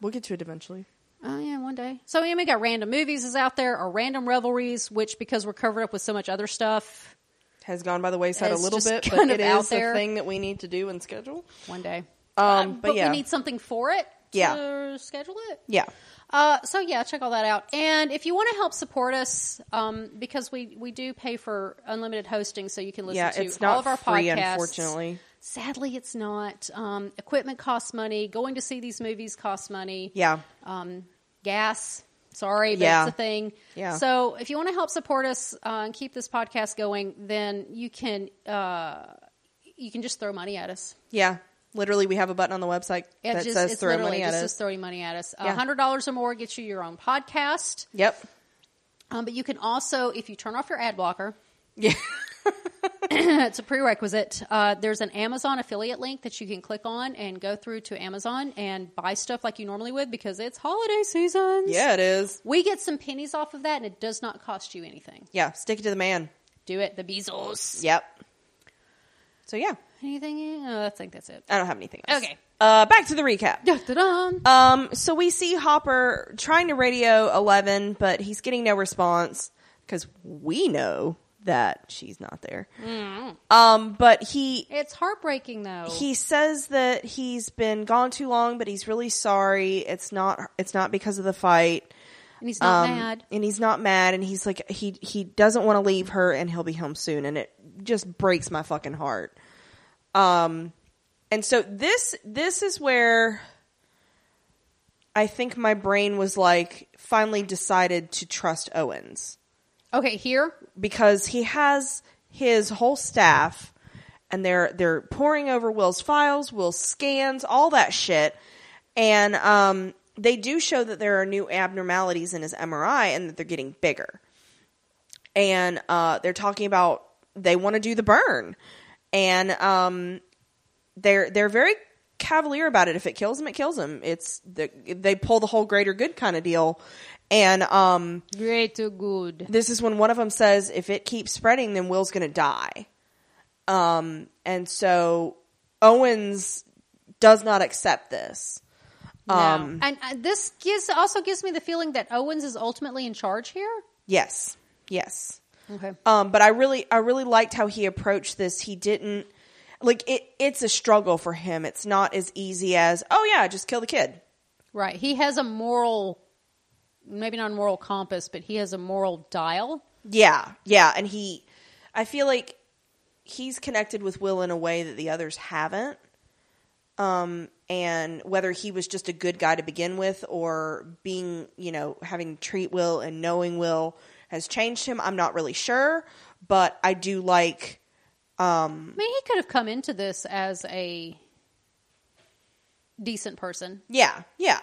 we'll get to it eventually. oh yeah, one day. So yeah, we got random movies is out there or random revelries, which because we're covered up with so much other stuff, Has gone by the wayside It's a little just bit, but kind it of out is the there. thing that we need to do and schedule. one day. Um, Uh, but yeah. we need something for it. Yeah. To schedule it. Yeah, Uh, so yeah, check all that out. And if you want to help support us, um, because we we do pay for unlimited hosting, so you can listen yeah, to it's all not of our free, podcasts. unfortunately. sadly, it's not. Um, equipment costs money. Going to see these movies costs money. Yeah, Um, gas. Sorry, but Yeah. it's a thing. Yeah. So if you want to help support us uh, and keep this podcast going, then you can uh, you can just throw money at us. yeah. Literally, we have a button on the website It that just, says it's "Throw literally money at just us." says throwing money at us. A Yeah. hundred dollars or more gets you your own podcast. Yep. Um, but you can also, if you turn off your ad blocker, Yeah. [LAUGHS] it's a prerequisite. Uh, there's an Amazon affiliate link that you can click on and go through to Amazon and buy stuff like you normally would because it's holiday season. Yeah, it is. We get some pennies off of that and it does not cost you anything. Yeah, stick it to the man. Do it, the Bezos. Yep. So yeah, Anything? Oh, I think [LAUGHS] that's it. I don't have anything else. Okay. Uh, back to the recap. Dun-dun-dun. Um, so we see Hopper trying to radio Eleven, but he's getting no response because we know that she's not there. Mm. Um, but he It's heartbreaking though. he says that he's been gone too long, but he's really sorry. It's not it's not because of the fight. and he's not Um, mad. and he's not mad, and he's like he he doesn't want to leave her, and he'll be home soon, and it just breaks my fucking heart. Um, and so this this is where I think my brain was like finally decided to trust Owens Okay, here. because he has his whole staff and they're they're pouring over Will's files, Will's scans, all that shit. And um they do show that there are new abnormalities in his MRI and that they're getting bigger. And uh they're talking about they want to do the burn. And um they're they're very cavalier about it. If it kills him, it kills him. It's the, they pull the whole greater good kind of deal. And um Great to good. this is when one of them says if it keeps spreading then will's going to die um and so owens does not accept this Um, no. And uh, this gives also gives me the feeling that Owens is ultimately in charge here. yes yes Okay. um but i really i really liked how he approached this he didn't like it it's a struggle for him it's not as easy as oh yeah just kill the kid Right. He has a moral, maybe not a moral compass, but he has a moral dial. yeah yeah and he i feel like he's connected with will in a way that the others haven't um, and whether he was just a good guy to begin with or being, you know, having to treat Will and knowing Will has changed him, I'm not really sure. But I do like, I mean, he could have come into this as a decent person. yeah, yeah.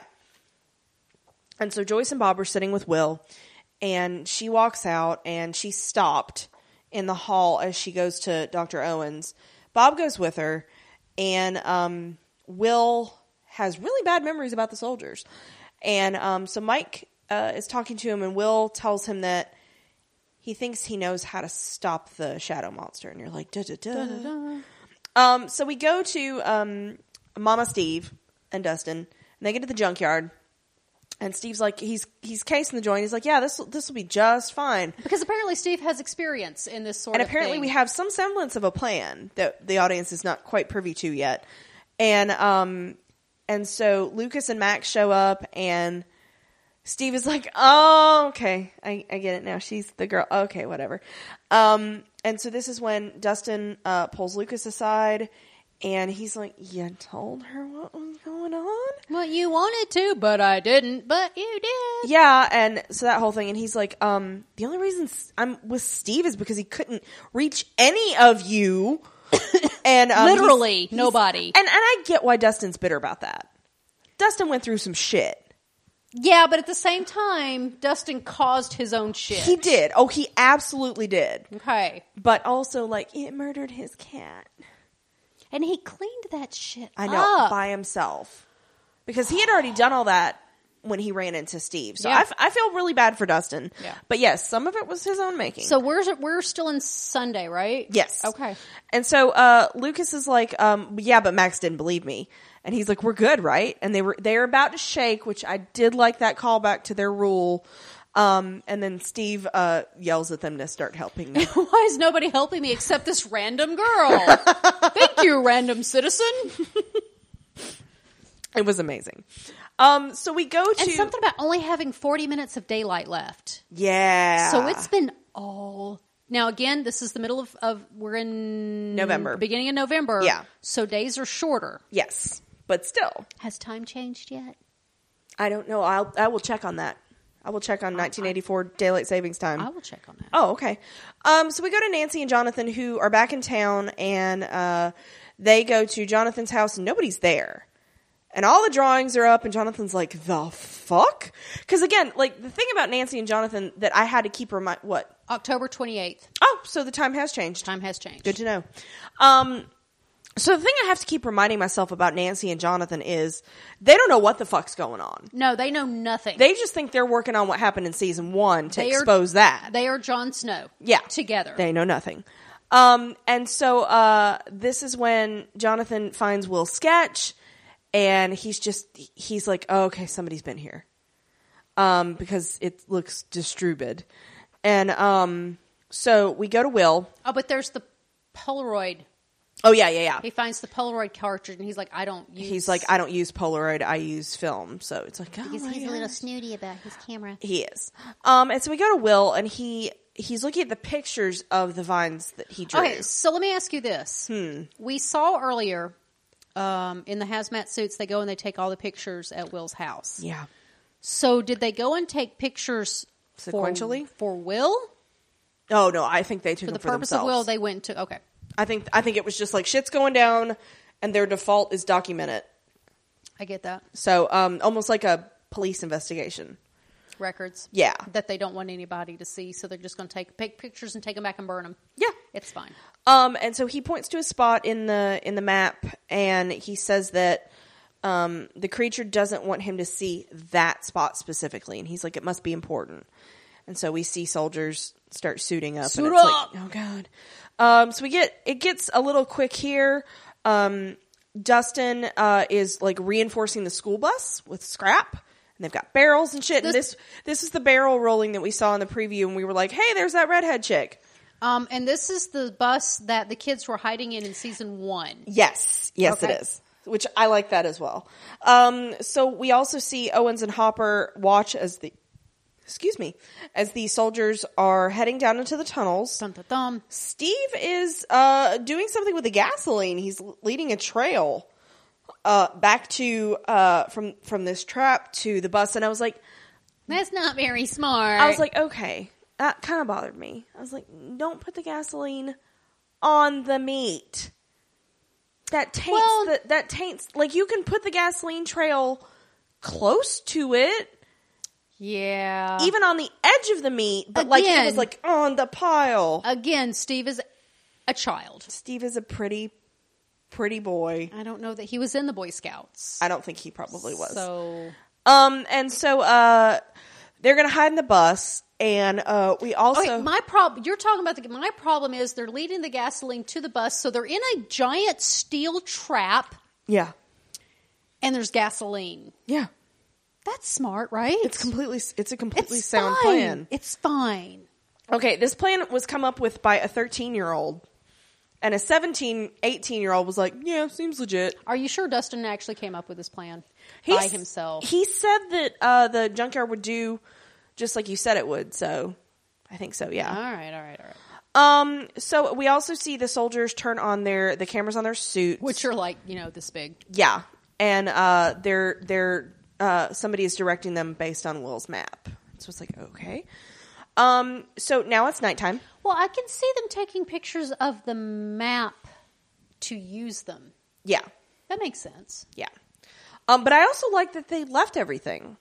And so Joyce and Bob are sitting with Will, and she walks out and she's stopped in the hall as she goes to Dr. Owens. Bob goes with her, and um, Will has really bad memories about the soldiers. And um, so Mike uh, is talking to him, and Will tells him that he thinks he knows how to stop the shadow monster. And you're like, duh, duh, duh. Um, so we go to um, Mama Steve and Dustin, and they get to the junkyard. And Steve's like, he's he's casing the joint. He's like, yeah, this this will be just fine. Because apparently Steve has experience in this sort And of apparently, we thing. have some semblance of a plan that the audience is not quite privy to yet. And um, and so Lucas and Max show up, and Steve is like, "Oh, okay, I, I get it now. She's the girl. Okay, whatever." Um, and so this is when Dustin uh, pulls Lucas aside, and he's like, "You told her what was going on." Well, you wanted to, but I didn't, but you did. Yeah, and so that whole thing, and he's like, um, the only reason s- I'm with Steve is because he couldn't reach any of [COUGHS] you, and um, he's- Literally he's- nobody. And and I get why Dustin's bitter about that. Dustin went through some shit, Yeah, but at the same time, Dustin caused his own shit. He did. Oh, he absolutely did. Okay. But also, like, it murdered his cat. And he cleaned that shit I know up. by himself because he had already done all that when he ran into Steve. So Yeah. I f- I feel really bad for Dustin. Yeah. But yes, some of it was his own making. so we're we're still in Sunday, right? yes. Okay. And so uh, Lucas is like, um, yeah, but Max didn't believe me, and he's like, we're good, right? And they were they are about to shake, which I did like that callback to their rule. Um, and then Steve uh, yells at them to start helping [LAUGHS] them. [LAUGHS] Why is nobody helping me except this [LAUGHS] random girl? Thank you, random citizen. it was amazing. Um, so we go to And something about only having 40 minutes of daylight left. yeah. So it's been all. Now, again, this is the middle of, of we're in November. beginning of November. Yeah. So days are shorter. yes, but still. Has time changed yet? I don't know. I'll I will check on that. Oh, I will check on 1984 daylight savings time. I will check on that. oh, okay. Um, so we go to Nancy and Jonathan, who are back in town, and uh, they go to Jonathan's house, and nobody's there. And all the drawings are up, and Jonathan's like, "The fuck?" Because again, like the thing about Nancy and Jonathan that I had to keep remind what. October 28th. Oh, so the time has changed. Time has changed. Good to know. Um, so the thing I have to keep reminding myself about Nancy and Jonathan is they don't know what the fuck's going on. No, they know nothing. They just think they're working on what happened in season one to They are- expose that. They are Jon Snow. yeah. Together. They know nothing. Um, and so uh, this is when Jonathan finds Will's sketch, and he's just, he's like, oh, okay, somebody's been here. Um, because it looks distributed. And um, so we go to Will. oh, but there's the Polaroid. Oh, yeah, yeah, yeah. He finds the Polaroid cartridge and he's like, I don't use. He's like, I don't use Polaroid, I use film. So it's like, oh, Because my he's a God. little snooty about his camera. He is. Um, and so we go to Will, and he he's looking at the pictures of the vines that he drew. Okay, so let me ask you this. Hmm. We saw earlier um, in the hazmat suits, they go and they take all the pictures at Will's house. Yeah. So did they go and take pictures for- Sequentially? for, Will? Oh no, I think they took For the them for purpose themselves. of Will, they went to. Okay. I think I think it was just like shit's going down, and their default is document it. I get that. So um, almost like a police investigation. Records. Yeah. That they don't want anybody to see, so they're just going to take, take pictures and take them back and burn them. Yeah. It's fine. Um, and so he points to a spot in the in the map, and he says that um, the creature doesn't want him to see that spot specifically, and he's like, it must be important. And so we see soldiers start suiting up. Suit and it's up! Like, oh god. Um, so we get it gets a little quick here. Um, Dustin uh, is like reinforcing the school bus with scrap. And they've got barrels and shit. and This- this this is the barrel rolling that we saw in the preview, and we were like, "Hey, there's that redhead chick." Um, and this is the bus that the kids were hiding in in season one. Yes, yes, Okay. it is. Which I like that as well. Um, so we also see Owens and Hopper watch as the, excuse me, as the soldiers are heading down into the tunnels. Dun, dun, dun. Steve is uh, doing something with the gasoline. He's l- leading a trail uh, back to uh, from from this trap to the bus, and I was like, That's not very smart. I was like, okay, that kind of bothered me. I was like, don't put the gasoline on the meat. That taints Well- the, that taints like you can put the gasoline trail close to it, yeah. even on the edge of the meat, but like it was Uh, Again. like on the pile. again, Steve is a child. Steve is a pretty pretty boy. I don't know that he was in the Boy Scouts. I don't think he probably was. So Um and so uh they're going to hide in the bus and uh we also okay, my problem. You're talking about the. My problem is they're leading the gasoline to the bus, so they're in a giant steel trap, Yeah. and there's gasoline. Yeah. That's smart, right? It's completely it's a completely It's sound fine. plan. It's fine. Okay, this plan was come up with by a 13 year old. And a 17, 18 year old was like, yeah, seems legit. Are you sure Dustin actually came up with this plan He by s- himself? He said that uh, the junkyard would do just like you said it would. So I think so, all yeah. right, all right, all right. Um, so we also see the soldiers turn on their, the cameras on their suits. Which are like you know this big. yeah. And uh, they're, they're, uh, somebody is directing them based on Will's map. So it's like, okay. Um, so now it's nighttime. Well, I can see them taking pictures of the map to use them. Yeah. That makes sense. Yeah. Um, but I also like that they left everything.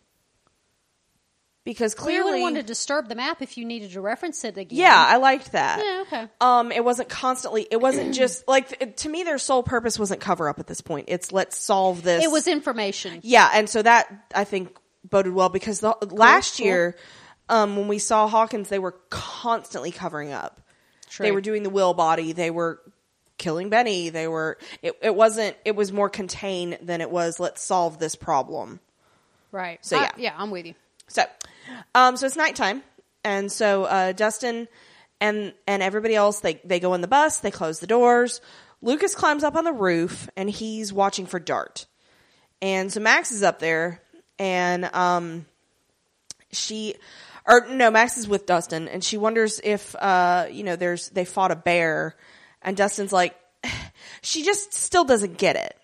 because Well, Oh, you clearly wouldn't want to disturb the map if you needed to reference it again. yeah, I liked that. Yeah, okay. Um, it wasn't constantly. It wasn't [CLEARS THROAT] just like it- to me. Their sole purpose wasn't cover up at this point. It's let's solve this. It was information. yeah, and so that I think boded well because the last cool. year, um, when we saw Hawkins, they were constantly covering up. They True. were doing the will body. They were killing Benny. They were. It, it wasn't. It was more contained than it was. Let's solve this problem. Right. So, I- yeah. yeah, I'm with you. So, um, so it's nighttime, and so uh, Dustin and and everybody else they they go in the bus. They close the doors. Lucas climbs up on the roof, and he's watching for Dart. And so Max is up there, and um, she or no, Max is with Dustin, and she wonders if uh, you know, there's they fought a bear, and Dustin's like, [SIGHS] she just still doesn't get it.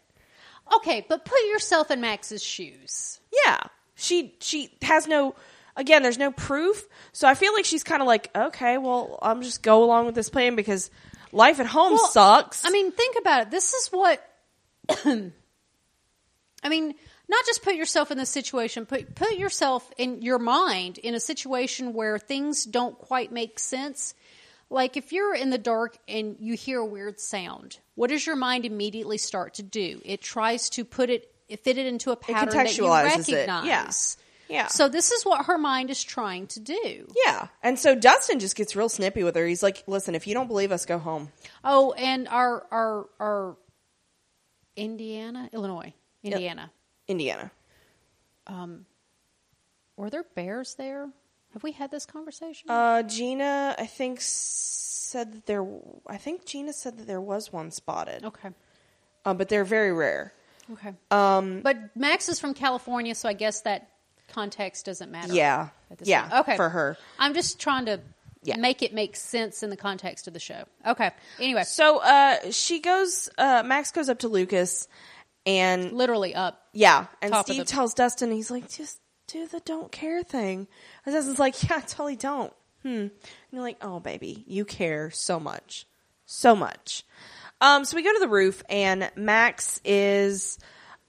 Okay, but put yourself in Max's shoes. Yeah. She she has no again, there's no proof. So I feel like she's kind of like, okay, well, I'm just go along with this plan because life at home Well, sucks. I mean, think about it. This is what. [CLEARS THROAT] I mean, not just put yourself in this situation, put put yourself in your mind in a situation where things don't quite make sense. Like if you're in the dark and you hear a weird sound, what does your mind immediately start to do? It tries to put it fit it into a pattern that you contextualizes it. Yeah. recognize. Yeah. So this is what her mind is trying to do. yeah. And so Dustin just gets real snippy with her. He's like, "Listen, if you don't believe us, go home." Oh, and our our our Indiana, Illinois, Indiana. Um, Indiana. Were there bears there? Have we had this conversation? Uh Gina, I think said that there I think Gina said that there was one spotted. okay. Uh, but they're very rare. Okay. Um, but Max is from California, so I guess that context doesn't matter. Yeah. at this Yeah, point. Okay. for her. I'm just trying to Yeah. make it make sense in the context of the show. Okay. Anyway, So uh she goes uh Max goes up to Lucas and literally up. Yeah, and Top of Steve the- tells Dustin, he's like, just do the don't care thing. And Dustin's like, yeah, [LAUGHS] I totally don't. Hmm. And you're like, oh, baby, you care so much, so much. Um, so we go to the roof, and Max is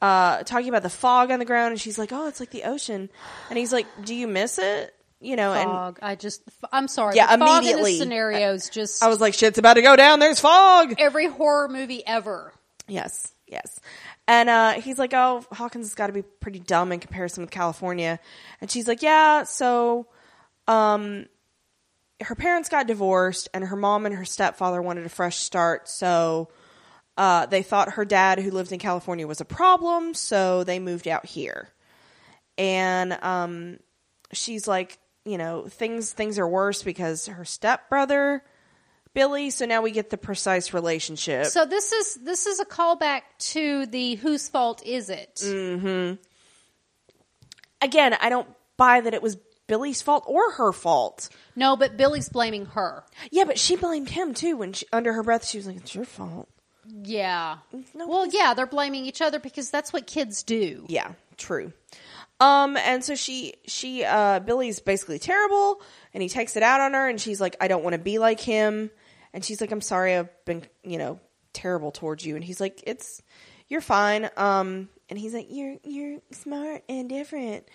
uh, talking about the fog on the ground, and she's like, oh, it's like the ocean, and he's like, do you miss it? You know, and Fog. I just. I'm sorry. Yeah, the fog in this immediately. scenario is just I was like, shit's about to go down. There's fog. every horror movie ever. Yes, yes. And uh, he's like, "Oh, Hawkins has got to be pretty dumb in comparison with California." And she's like, "Yeah, so um her parents got divorced and her mom and her stepfather wanted a fresh start, so uh, they thought her dad, who lived in California, was a problem, so they moved out here. And um, she's like, you know, things things are worse because her stepbrother, Billy. So now we get the precise relationship. So this is this is a callback to the whose fault is it? again, I don't buy that it was Billy's fault or her fault. No, but Billy's blaming her. Yeah, but she blamed him too when she, under her breath she was like, "It's your fault." Yeah. No, well, yeah, they're blaming each other because that's what kids do. Yeah, true. Um, and so she she uh Billy's basically terrible, and he takes it out on her, and she's like, "I don't want to be like him," and she's like, "I'm sorry, I've been you know terrible towards you," and he's like, "It's you're fine." Um, and he's like, "You're you're smart and different,"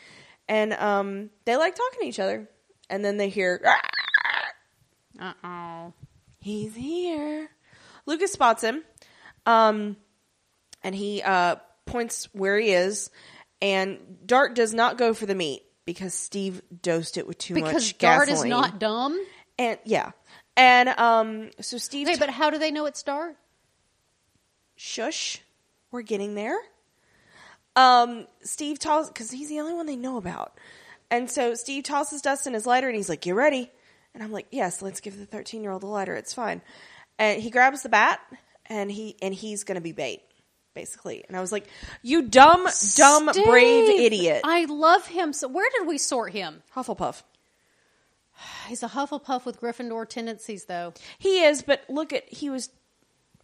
and um, they like talking to each other, and then they hear. "Ah!" Uh oh. He's here. Lucas spots him. Um and he uh points where he is and Dart does not go for the meat because Steve dosed it with too Because much Dart gasoline. is not dumb. and yeah. And um so Steve Okay, but how do they know it's Dart? shush, we're getting there. Um, Steve tosses because he's the only one they know about, and so Steve tosses Dustin his lighter, and he's like, "Get ready," and I'm like, "Yes, let's give the 13 year old the lighter. It's fine." And he grabs the bat, and he and he's gonna be bait, basically. And I was like, "You dumb, dumb, brave Steve! idiot, I love him. So where did we sort him? Hufflepuff." He's a Hufflepuff with Gryffindor tendencies, though. He is, but look at he was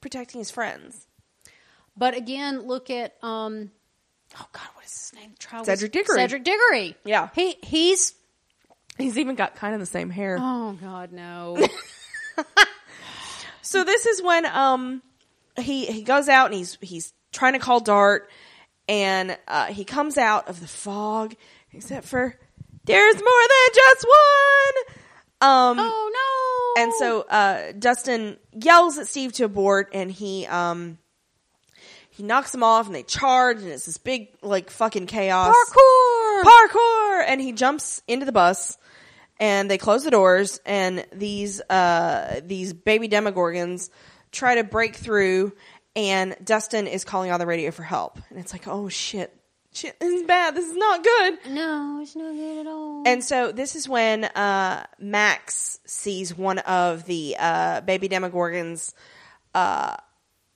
protecting his friends. But again, look at um, oh god, what is his name? Try Cedric Diggory. Cedric Diggory. Yeah. he he's He's even got kind of the same hair. oh [LAUGHS] god, no. So this is when um he he goes out and he's he's trying to call Dart and uh, he comes out of the fog except for There's more than just one. Um, oh no! and so uh, Dustin yells at Steve to abort, and he um, he knocks him off, and they charge, and it's this big like fucking chaos parkour. parkour and he jumps into the bus and they close the doors and these uh these baby demogorgons try to break through and Dustin is calling on the radio for help and it's like oh shit shit this is bad this is not good no, it's no good at all. and so this is when uh, Max sees one of the uh, baby Demogorgons uh,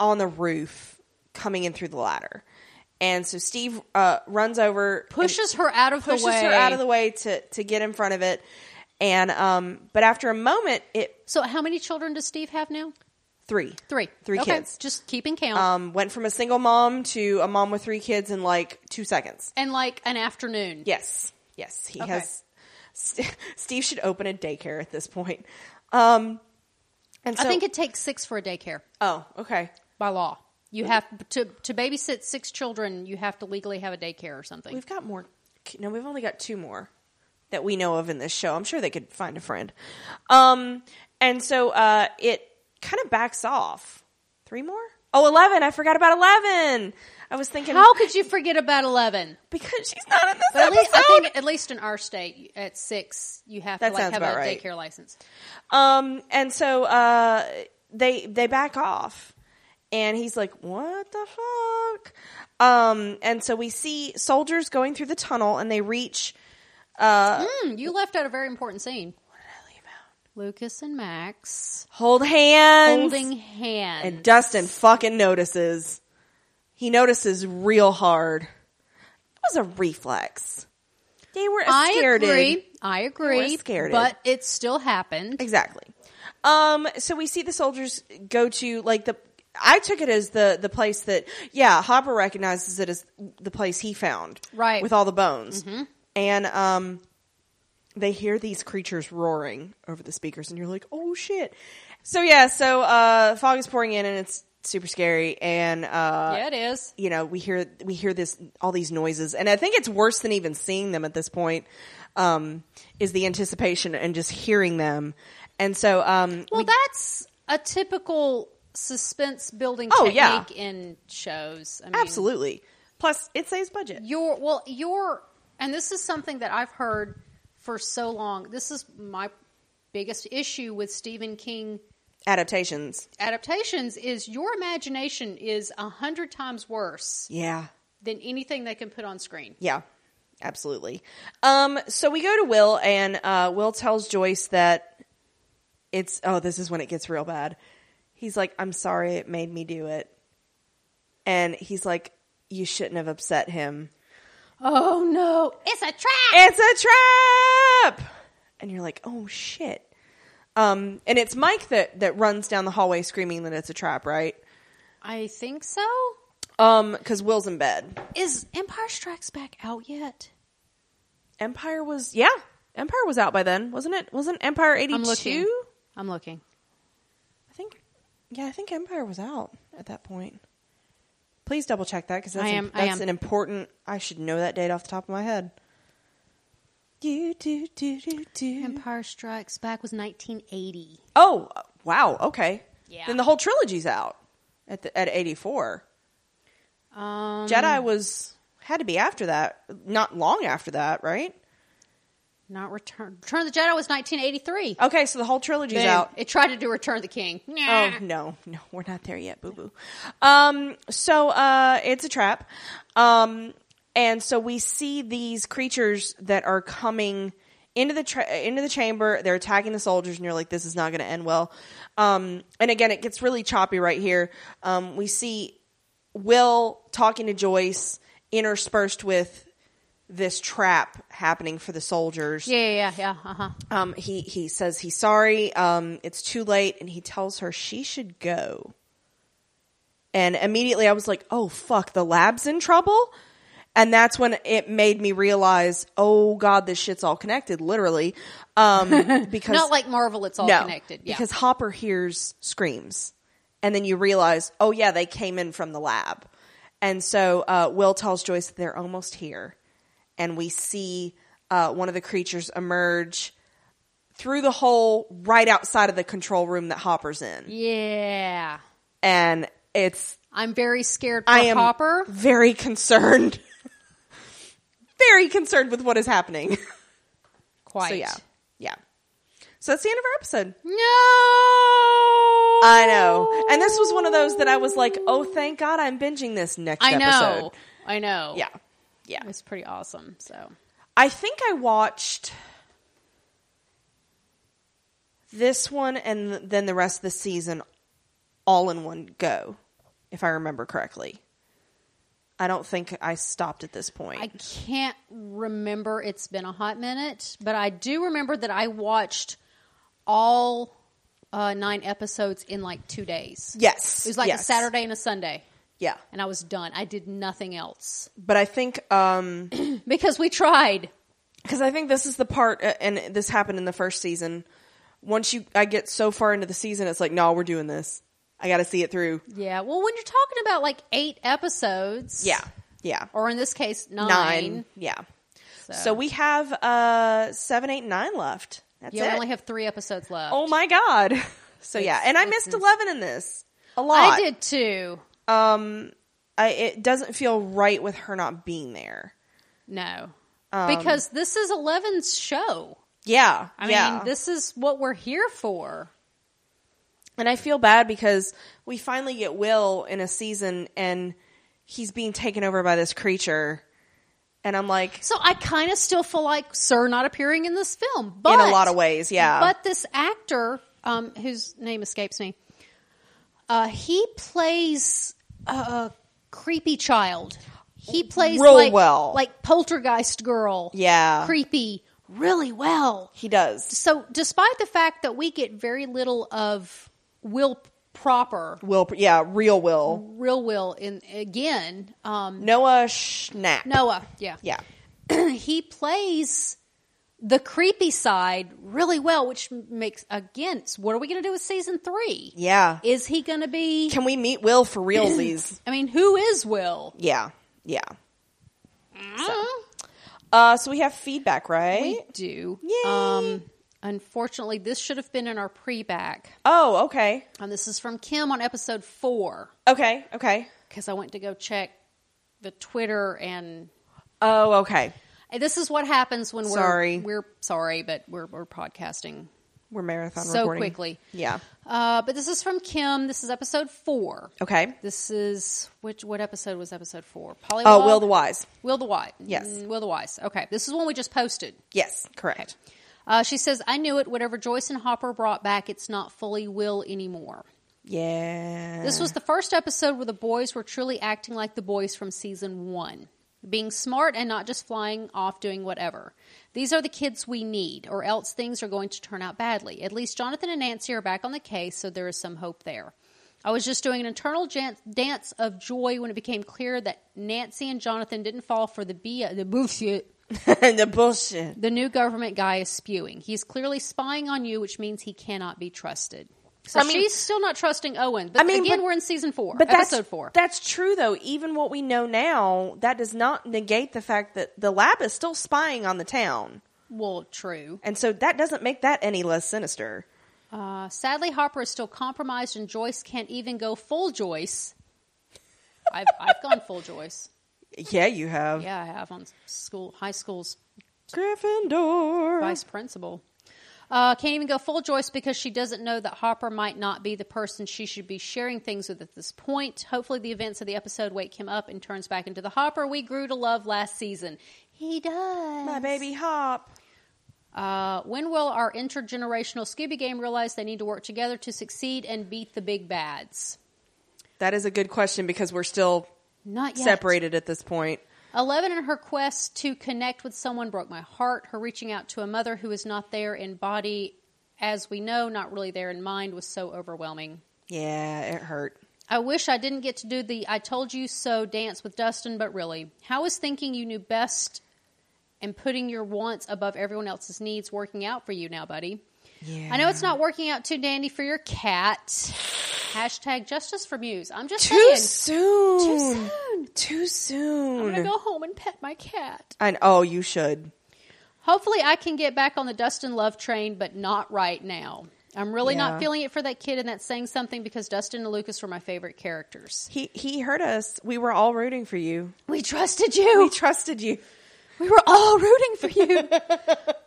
on the roof coming in through the ladder. And so Steve uh, runs over, pushes her out of pushes the way. her out of the way to, to get in front of it. And um, but after a moment, it So, how many children does Steve have now? three Three. Three okay. kids. Just keeping count. um, went from a single mom to a mom with three kids in like two seconds. and like an afternoon. Yes. Yes. He Okay. has. St- Steve should open a daycare at this point. Um, and so, I think it takes six for a daycare oh, okay. by law. You Mm-hmm. have to to babysit six children. You have to legally have a daycare or something. We've got more. No, we've only got two more that we know of in this show. I'm sure they could find a friend. Um, and so uh, it kind of backs off. Three more? Oh, 11. I forgot about 11. I was thinking. How could you forget about eleven? Because she's not in this But at episode. least, I think at least in our state, at six, you have That to like sounds have about a right. daycare license. Um, and so uh, they they back off, and he's like, "What the fuck?" Um, and so we see soldiers going through the tunnel, and they reach. Uh, Hmm, you left out a very important scene. what did I leave out? Lucas and Max Hold hands. holding hands. and Dustin fucking notices. He notices real hard. It was a reflex. They were I scared. agree. I agree. scared. but it still happened. Exactly. Um, so we see the soldiers go to like the. I took it as the the place that yeah Hopper recognizes it as the place he found Right. Mm-hmm. with all the bones and um they hear these creatures roaring over the speakers and you're like oh shit so yeah so uh fog is pouring in and it's super scary and uh yeah, it is. you know we hear we hear this all these noises and i think it's worse than even seeing them at this point um is the anticipation and just hearing them and so um Well, that's a typical suspense building Oh, technique yeah. in shows. I mean, absolutely plus it saves budget Your well, your and this is something that I've heard for so long. This is my biggest issue with Stephen King adaptations adaptations is your imagination is a hundred times worse yeah than anything they can put on screen. Yeah, absolutely. Um, so we go to Will, and uh, Will tells Joyce that it's. Oh, this is when it gets real bad. He's like, "I'm sorry, it made me do it," and he's like, "You shouldn't have upset him. Oh no, it's a trap. It's a trap." And you're like, "Oh shit." Um, and it's Mike that that runs down the hallway screaming that it's a trap, right? I think so. Um, because Will's in bed. Is Empire Strikes Back out yet? Empire was yeah. Empire was out by then, wasn't it? Wasn't Empire eighty I'm looking. two? I'm looking. I think, yeah, I think Empire was out at that point. Please double check that because that's, I im- am- I that's am. an important. I should know that date off the top of my head. Do do do do do. Empire Strikes Back was 1980. Oh wow, okay. Yeah. Then the whole trilogy's out at the, at eighty four. Um, Jedi was had to be after that, not long after that, right? not Return. Return of the Jedi was 1983. Okay, so the whole trilogy's Boom. Oh, out. It tried to do Return of the King. Nah. [LAUGHS] Oh no, no, we're not there yet, boo boo. Um, so uh, it's a trap. Um, and so we see these creatures that are coming into the tra- into the chamber. They're attacking the soldiers, and you're like, this is not going to end well. Um, and again, it gets really choppy right here. Um, we see Will talking to Joyce, interspersed with this trap happening for the soldiers Yeah, yeah, yeah, yeah. Uh huh. um, he he says he's sorry. Um, it's too late, and he tells her she should go. And immediately, I was like, "Oh fuck, the lab's in trouble." And that's when it made me realize, "Oh god, this shit's all connected." Literally, um, [LAUGHS] because Not like Marvel. It's all connected. Yeah. because Hopper hears screams, and then you realize, oh yeah, they came in from the lab, and so uh, Will tells Joyce that they're almost here, and we see uh, one of the creatures emerge through the hole right outside of the control room that Hopper's in. Yeah. And it's I'm very scared for I am Hopper. very [LAUGHS] concerned. very concerned with what is happening. [LAUGHS] Quite. So yeah. Yeah. So that's the end of our episode. No. I I know. And this was one of those that I was like, "Oh, thank God I'm binging this next I know. episode." I know. Yeah. Yeah. It's pretty awesome. So I think I watched this one and th- then the rest of the season all in one go, if I remember correctly. I don't think I stopped at this point. I can't remember. It's been a hot minute, but I do remember that I watched all uh, nine episodes in like two days. yes. It was like yes. a Saturday and a Sunday, Yeah. and I was done. I did nothing else But I think um because we tried. because I think this is the part, uh, and this happened in the first season. Once you, I get so far into the season, it's like, no, we're doing this. I got to see it through. Yeah. Well, when you're talking about like eight episodes, Yeah, yeah, or in this case nine. nine, yeah. So, So, we have uh seven, eight, nine left. That's yeah, it. we only have three episodes left. oh my god. [LAUGHS] So yeah, It's- and I it's missed ins- eleven in this a lot. I did too. Um, I, it doesn't feel right with her not being there. No, Um, because this is 11's show. Yeah, I yeah. mean, this is what we're here for. And I feel bad because we finally get Will in a season and he's being taken over by this creature. And I'm like, So I kind of still feel like Sir not appearing in this film, but in a lot of ways, yeah. But this actor, um, whose name escapes me, uh, he plays a, a creepy child. He plays Real like, well. like poltergeist girl. Yeah. creepy, really well. he does. So, despite the fact that we get very little of Will proper, Will, yeah, real Will. real Will in again, um, Noah Schnapp. Noah, yeah, Yeah. [CLEARS THROAT] he plays the creepy side really well, which makes again. so What are we going to do with season three? Yeah. Is he going to be? Can we meet Will for [CLEARS THROAT] realsies? I mean, who is Will? yeah. Yeah. So, Uh, so we have feedback, right? we do. Yay. Um, unfortunately, this should have been in our pre-back, oh, okay. and this is from Kim on episode four Okay. Okay. because I went to go check the Twitter and. Oh, okay. and This is what happens when we're Sorry. we're sorry, but we're we're podcasting We're marathon so recording. quickly. Yeah. Uh, but this is from Kim. This is episode four. Okay. This is which? What episode was episode four? Polly. Oh, Will the Wise. Will the Wise. Yes. Mm, Will the Wise. Okay, this is one we just posted. Yes, correct. Uh, she says, "I knew it. Whatever Joyce and Hopper brought back, it's not fully Will anymore." Yeah. This was the first episode where the boys were truly acting like the boys from season one, being smart and not just flying off doing whatever. These are the kids we need, or else things are going to turn out badly. At least Jonathan and Nancy are back on the case, so there is some hope there. I was just doing an internal jan- dance of joy when it became clear that Nancy and Jonathan didn't fall for the B- the bullshit [LAUGHS] the bullshit. the new government guy is spewing. He's clearly spying on you, which means he cannot be trusted. So I mean- she's still not trusting Owen. But I mean, again, but- we're in season four, But that's, episode four. That's true, though. Even what we know now, that does not negate the fact that the lab is still spying on the town, well, true. and so that doesn't make that any less sinister. Uh, sadly, Harper is still compromised, and Joyce can't even go full Joyce. I've I've gone full Joyce. Yeah, you have Yeah, I have on school high school's Gryffindor. vice principal. Uh, can't even go full Joyce because she doesn't know that Hopper might not be the person she should be sharing things with at this point. Hopefully, the events of the episode wake him up and turns back into the Hopper we grew to love last season. He does. My baby hop. Uh, when will our intergenerational Scooby game realize they need to work together to succeed and beat the big bads? That is a good question because we're still Not yet. separated at this point. Eleven and her quest to connect with someone broke my heart. Her reaching out to a mother who is not there in body, as we know, not really there in mind, was so overwhelming. Yeah, it hurt. I wish I didn't get to do the I told you so dance with Dustin, but really, how is thinking you knew best and putting your wants above everyone else's needs working out for you now, buddy? Yeah, I know it's not working out too dandy for your cat. Hashtag justice for Muse. I'm just too saying. soon. Too soon. Too soon. I'm going to go home and pet my cat. And oh, you should. Hopefully, I can get back on the Dustin Love train, but not right now. I'm really Yeah. not feeling it for that kid, and that's saying something because Dustin and Lucas were my favorite characters. He he heard us. We were all rooting for you. We trusted We [LAUGHS] you. trusted you. We were all rooting for you.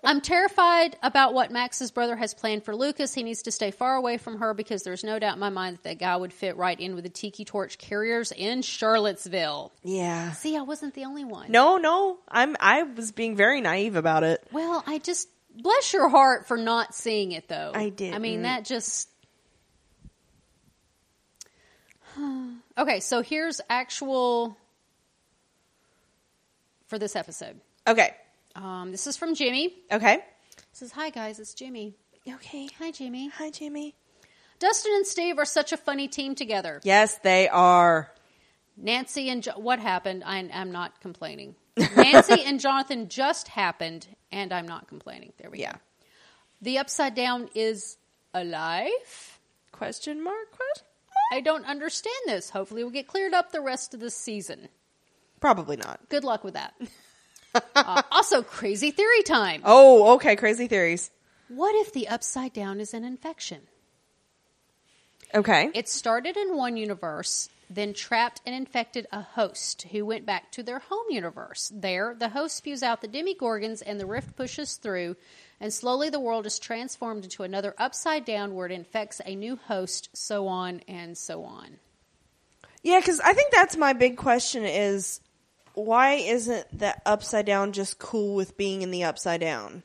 I'm terrified about what Max's brother has planned for Lucas. He needs to stay far away from her because there's no doubt in my mind that that guy would fit right in with the Tiki Torch carriers in Charlottesville. [LAUGHS] Yeah. See, I wasn't the only one. No, no. I'm I was being very naive about it. Well, I just bless your heart for not seeing it though. I I didn't. mean, that just [SIGHS] Okay, so here's actual for this episode. Okay. Um, this is from Jimmy. Okay. It says, "Hi guys, it's Jimmy. Okay. Hi Jimmy. Hi, Jimmy. Dustin and Steve are such a funny team together. Yes, they are. Nancy and jo- what happened? I, I'm not complaining. Nancy and Jonathan just happened, and I'm not complaining. There we Yeah. go. The upside down is alive. Question mark? Question? I don't understand this. Hopefully, we'll get cleared up the rest of the season. Probably not. Good luck [LAUGHS] with that. Uh, also, crazy theory time. Oh, okay. Crazy theories. What if the upside down is an infection? Okay. It started in one universe, then trapped and infected a host who went back to their home universe. There, the host spews out the demigorgons and the rift pushes through, and slowly the world is transformed into another upside down where it infects a new host, so on and so on. Yeah, because I think that's my big question is why isn't the upside down just cool with being in the upside down?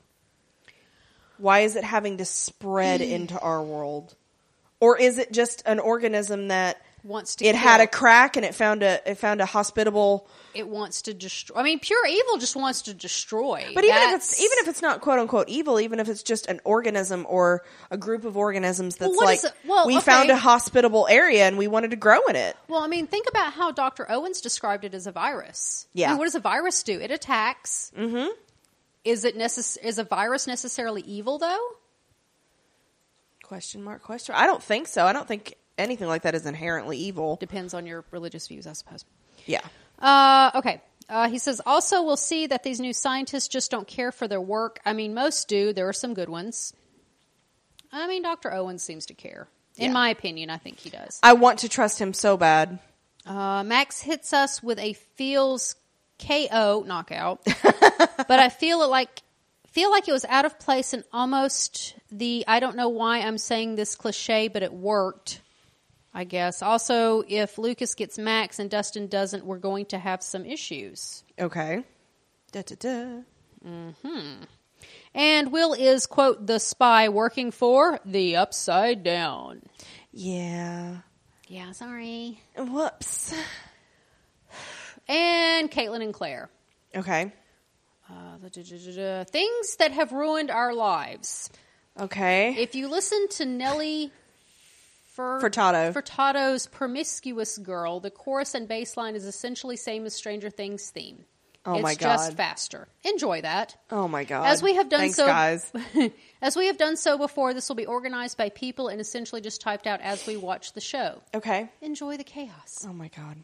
Why is it having to spread Mm. into our world? Or is it just an organism that Wants to it had a kill. crack and it found a it found a hospitable It wants to destroy. I mean, pure evil just wants to destroy. But even if That's- it's even if it's not quote unquote evil, even if it's just an organism or a group of organisms that's Well, what like is it- well, we okay. found a hospitable area and we wanted to grow in it. Well, I mean, think about how Dr. Owens described it as a virus. Yeah. I mean, what does a virus do? It attacks. Mm-hmm. Is it necess- Is a virus necessarily evil though? Question mark question. I don't think so. I don't think anything like that is inherently evil. Depends on your religious views, I suppose. Yeah. Uh, okay. Uh, he says, also, we'll see that these new scientists just don't care for their work. I mean, most do. There are some good ones. I mean, Dr. Owens seems to care. Yeah. In my opinion, I think he does. I want to trust him so bad. Uh, Max hits us with a feels KO [LAUGHS] knockout, but I feel it like feel like it was out of place and almost the I don't know why I'm saying this cliche, but it worked. I guess. Also, if Lucas gets Max and Dustin doesn't, we're going to have some issues. Okay. Da, da, da. And Will is quote the spy working for the Upside Down. Yeah. Yeah, sorry. Whoops. And Caitlin and Claire. Okay. Uh, da- da- da- da- da. things that have ruined our lives. Okay. If you listen to Nelly Fur- Furtado. Furtado's Promiscuous Girl, the chorus and bass line is essentially same as Stranger Things theme. Oh it's my just God. faster. Enjoy that. oh my god. As we have done Thanks, so guys. [LAUGHS] as we have done so before, this will be organized by people and essentially just typed out as we watch the show. Okay. Enjoy the chaos. Oh my god.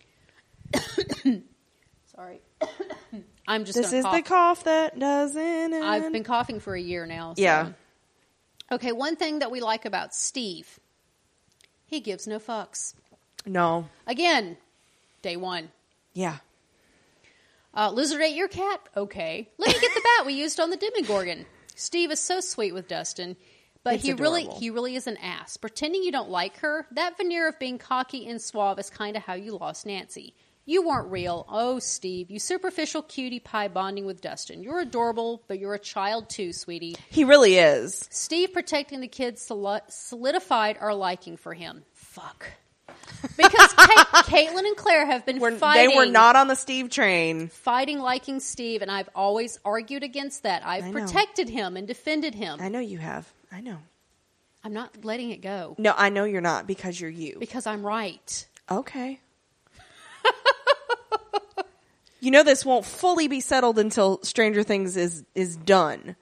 Sorry. [COUGHS] I'm just This gonna is cough. the cough that doesn't end. I've been coughing for a year now. so- Yeah. Okay, one thing that we like about Steve, he gives no fucks. No. Again, day one. Yeah. Uh, lizard ate your cat? Okay. Let me get the bat we used on the Demogorgon. Steve is so sweet with Dustin, but It's he adorable. really he really is an ass. Pretending you don't like her, that veneer of being cocky and suave is kind of how you lost Nancy. You weren't real. Oh, Steve, you superficial cutie pie bonding with Dustin. You're adorable, but you're a child too, sweetie. He really is. Steve protecting the kids soli- solidified our liking for him. Fuck. Because Ca- [LAUGHS] Caitlin and Claire have been We're, fighting they were not on the Steve train. fighting liking Steve, and I've always argued against that. I I've know. protected him and defended him. I know you have. I know. I'm not letting it go No, I know you're not because you're you. because I'm right. Okay. [LAUGHS] you know this won't fully be settled until Stranger Things is is done.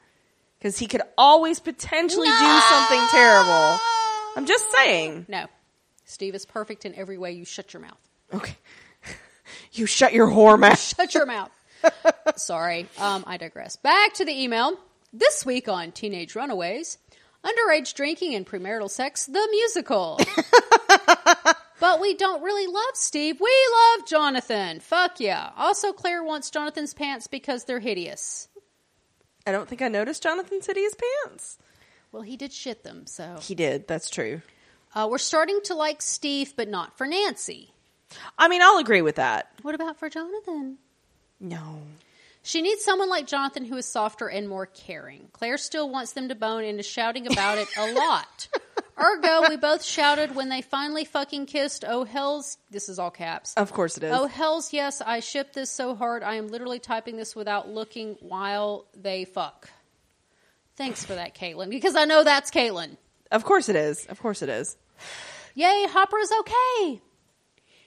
Cuz he could always potentially do something terrible. I'm just saying. No, Steve [LAUGHS] is perfect in every way. You shut your mouth. Okay. you shut your whore mouth. [LAUGHS] Shut your mouth. Sorry, um, I digress. Back to the email. This week on Teenage Runaways, underage drinking and premarital sex, the [LAUGHS] musical. but we don't really love Steve. We love Jonathan. Fuck yeah. Also, Claire wants Jonathan's pants because they're hideous. I don't think I noticed Jonathan City's pants. Well, he did shit them, so He did. That's true. uh, we're starting to like Steve, but not for Nancy. I mean, I'll agree with that. What about for Jonathan? No. She needs someone like Jonathan who is softer and more caring. Claire still wants them to bone and is shouting about it [LAUGHS] a lot. Ergo, we both shouted when they finally fucking kissed. Oh hell's this is all caps. Of course it is. Oh hell's yes, I ship this so hard. I am literally typing this without looking while they fuck. Thanks for that, Caitlin, because I know that's Caitlin. Of course it is. Of course it is. Yay, Hopper is okay.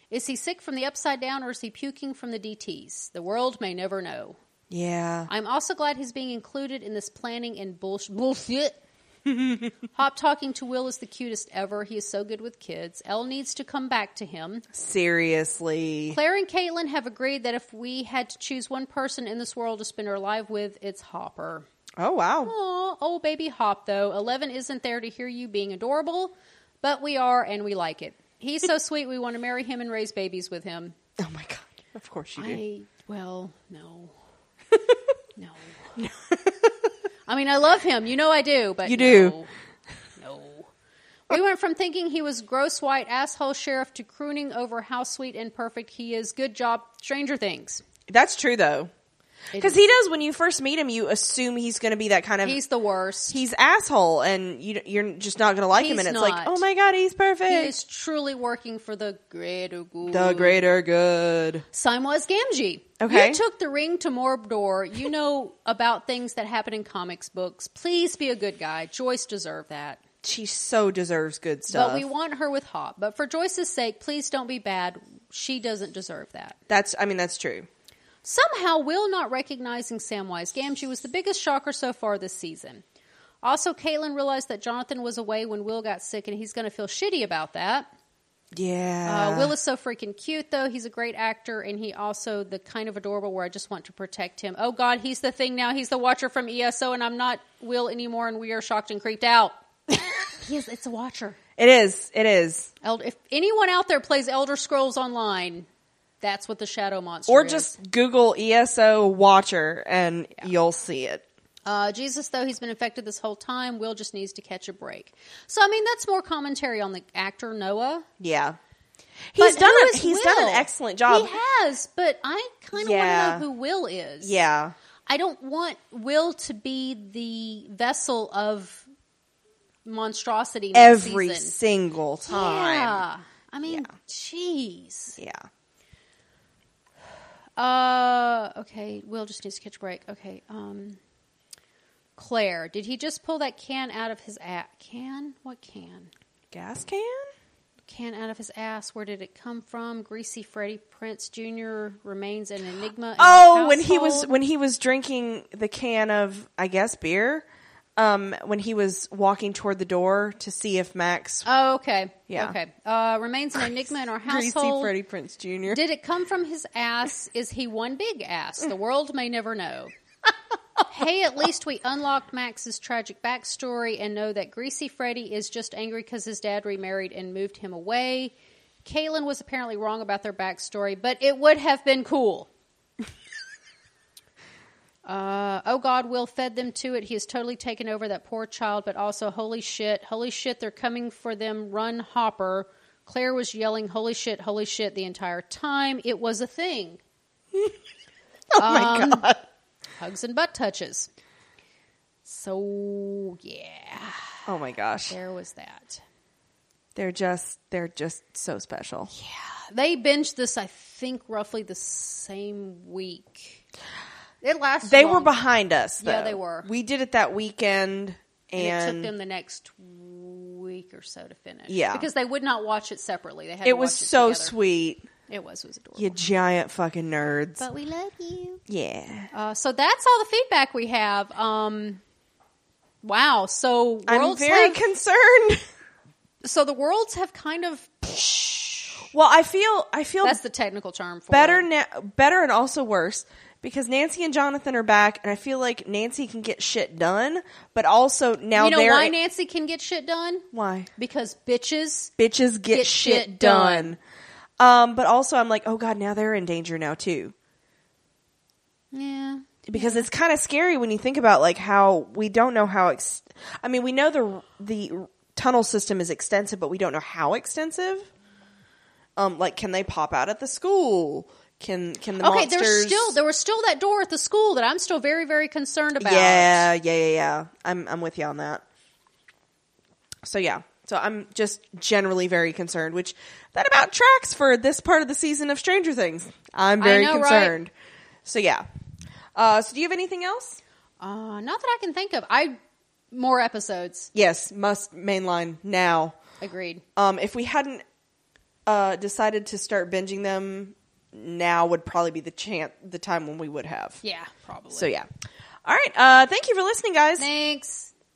Is he sick from the upside down or is he puking from the DTs? The world may never know. Yeah. I'm also glad he's being included in this planning and bullsh- bullshit. [LAUGHS] Hop talking to Will is the cutest ever. He is so good with kids. Elle needs to come back to him. Seriously. Claire and Caitlin have agreed that if we had to choose one person in this world to spend our life with, it's Hopper. Oh, wow. Aw, oh baby Hop though. Eleven isn't there to hear you being adorable, but we are and we like it. He's so sweet. We want to marry him and raise babies with him. Oh, my God. Of course you do. I well, [LAUGHS] no, no. I mean, I love him. You know, I do. But You do. No, no. We went from thinking he was gross white asshole sheriff to crooning over how sweet and perfect he is. Good job, Stranger Things. That's true, though. It Because he does, when you first meet him, you assume he's going to be that kind of. He's, He's the worst. asshole, and you, you're just not going to like him. He's And it's like, not. oh my God, he's perfect. He is truly working for the greater good. the greater good. Samwise Gamgee. Okay. You took the ring to Mordor. You know about things that happen in comics books. Please be a good guy. Joyce deserved that. She so deserves good stuff. But we want her with Hop. But for Joyce's sake, please don't be bad. She doesn't deserve that. that's, I mean, that's true. Uh, Somehow, Will not recognizing Samwise Gamgee was the biggest shocker so far this season. Also, Caitlin realized that Jonathan was away when Will got sick, and he's going to feel shitty about that. Yeah. Uh, Will is so freaking cute, though. He's a great actor, and he also the kind of adorable where I just want to protect him. Oh God, he's the thing now. He's the Watcher from ESO, and I'm not Will anymore, and we are shocked and creeped out. [LAUGHS] he is. It's a Watcher. it is. It is. Eld if anyone out there plays Elder Scrolls Online, that's what the Shadow Monster. Or is. just Google ESO Watcher and you'll see it. Uh, Jesus, though, he's been infected this whole time. Will just needs to catch a break. So, I mean, that's more commentary on the actor Noah. Yeah. He's But done who a, is he's done an Will? excellent job. He has, but I kind of Yeah. want to know who Will is. yeah. I don't want Will to be the vessel of monstrosity next Every season. single time. Yeah. I mean, jeez. Yeah. Uh, okay. Will just needs to catch a break. Okay. Um, Claire, did he just pull that can out of his ass? Can? What can? Gas can? Can out of his ass. Where did it come from? Greasy Freddie Prince Jr. remains an enigma. in Oh, the when he was household. when he was drinking the can of I guess beer. Um, when he was walking toward the door to see if Max Oh, okay. Yeah. Okay. Uh, remains an enigma in our Greasy household. Freddie Prince Jr. Did it come from his ass? Is he one big ass? The world may never know. hey, at least we unlocked Max's tragic backstory and know that Greasy Freddy is just angry because his dad remarried and moved him away. Kaylin was apparently wrong about their backstory, but it would have been cool. Uh, oh God, Will fed them to it. He has totally taken over that poor child, but also, holy shit, holy shit, they're coming for them. Run, Hopper. Claire was yelling, holy shit, holy shit, the entire time. It was a [LAUGHS] thing. Um, oh my god. Hugs and butt touches. So, yeah, Oh my gosh. there was that. They're just they're just so special. They binged this, I think, roughly the same week. It lasted. They long, were behind us though. Yeah, they were. We did it that weekend and, and it took them the next week or so to finish. Yeah. because they would not watch it separately. They had. to it was watch so together. sweet. It was it was adorable. You giant fucking nerds. we love you. yeah. Uh, so that's all the feedback we have. Um, wow. So I'm worlds very have, concerned. [LAUGHS] so the worlds have kind of well, I feel I feel that's the technical term for Um, better It. now better and also worse because Nancy and Jonathan are back, and I feel like Nancy can get shit done, but also now you know they're why Nancy can get shit done? why Because bitches. bitches get, Get shit, shit done. done. Um, but also I'm like, oh god, now they're in danger now too. Yeah. because it's kind of scary when you think about like how we don't know how ex- I mean we know the the tunnel system is extensive but we don't know how extensive um like can they pop out at the school can can the okay, monsters there's still there was still that door at the school that I'm still very very concerned about. yeah yeah yeah yeah I'm I'm with you on that so yeah so I'm just generally very concerned which that about tracks for this part of the season of Stranger Things I'm I very know, right? concerned so yeah uh so do you have anything else Uh, not that I can think of. I more episodes. Yes, must mainline now. Agreed. Um, if we hadn't uh, decided to start binging them, now would probably be the chance, the time when we would have. Yeah, probably. So yeah. All right. Uh, thank you for listening, guys. Thanks.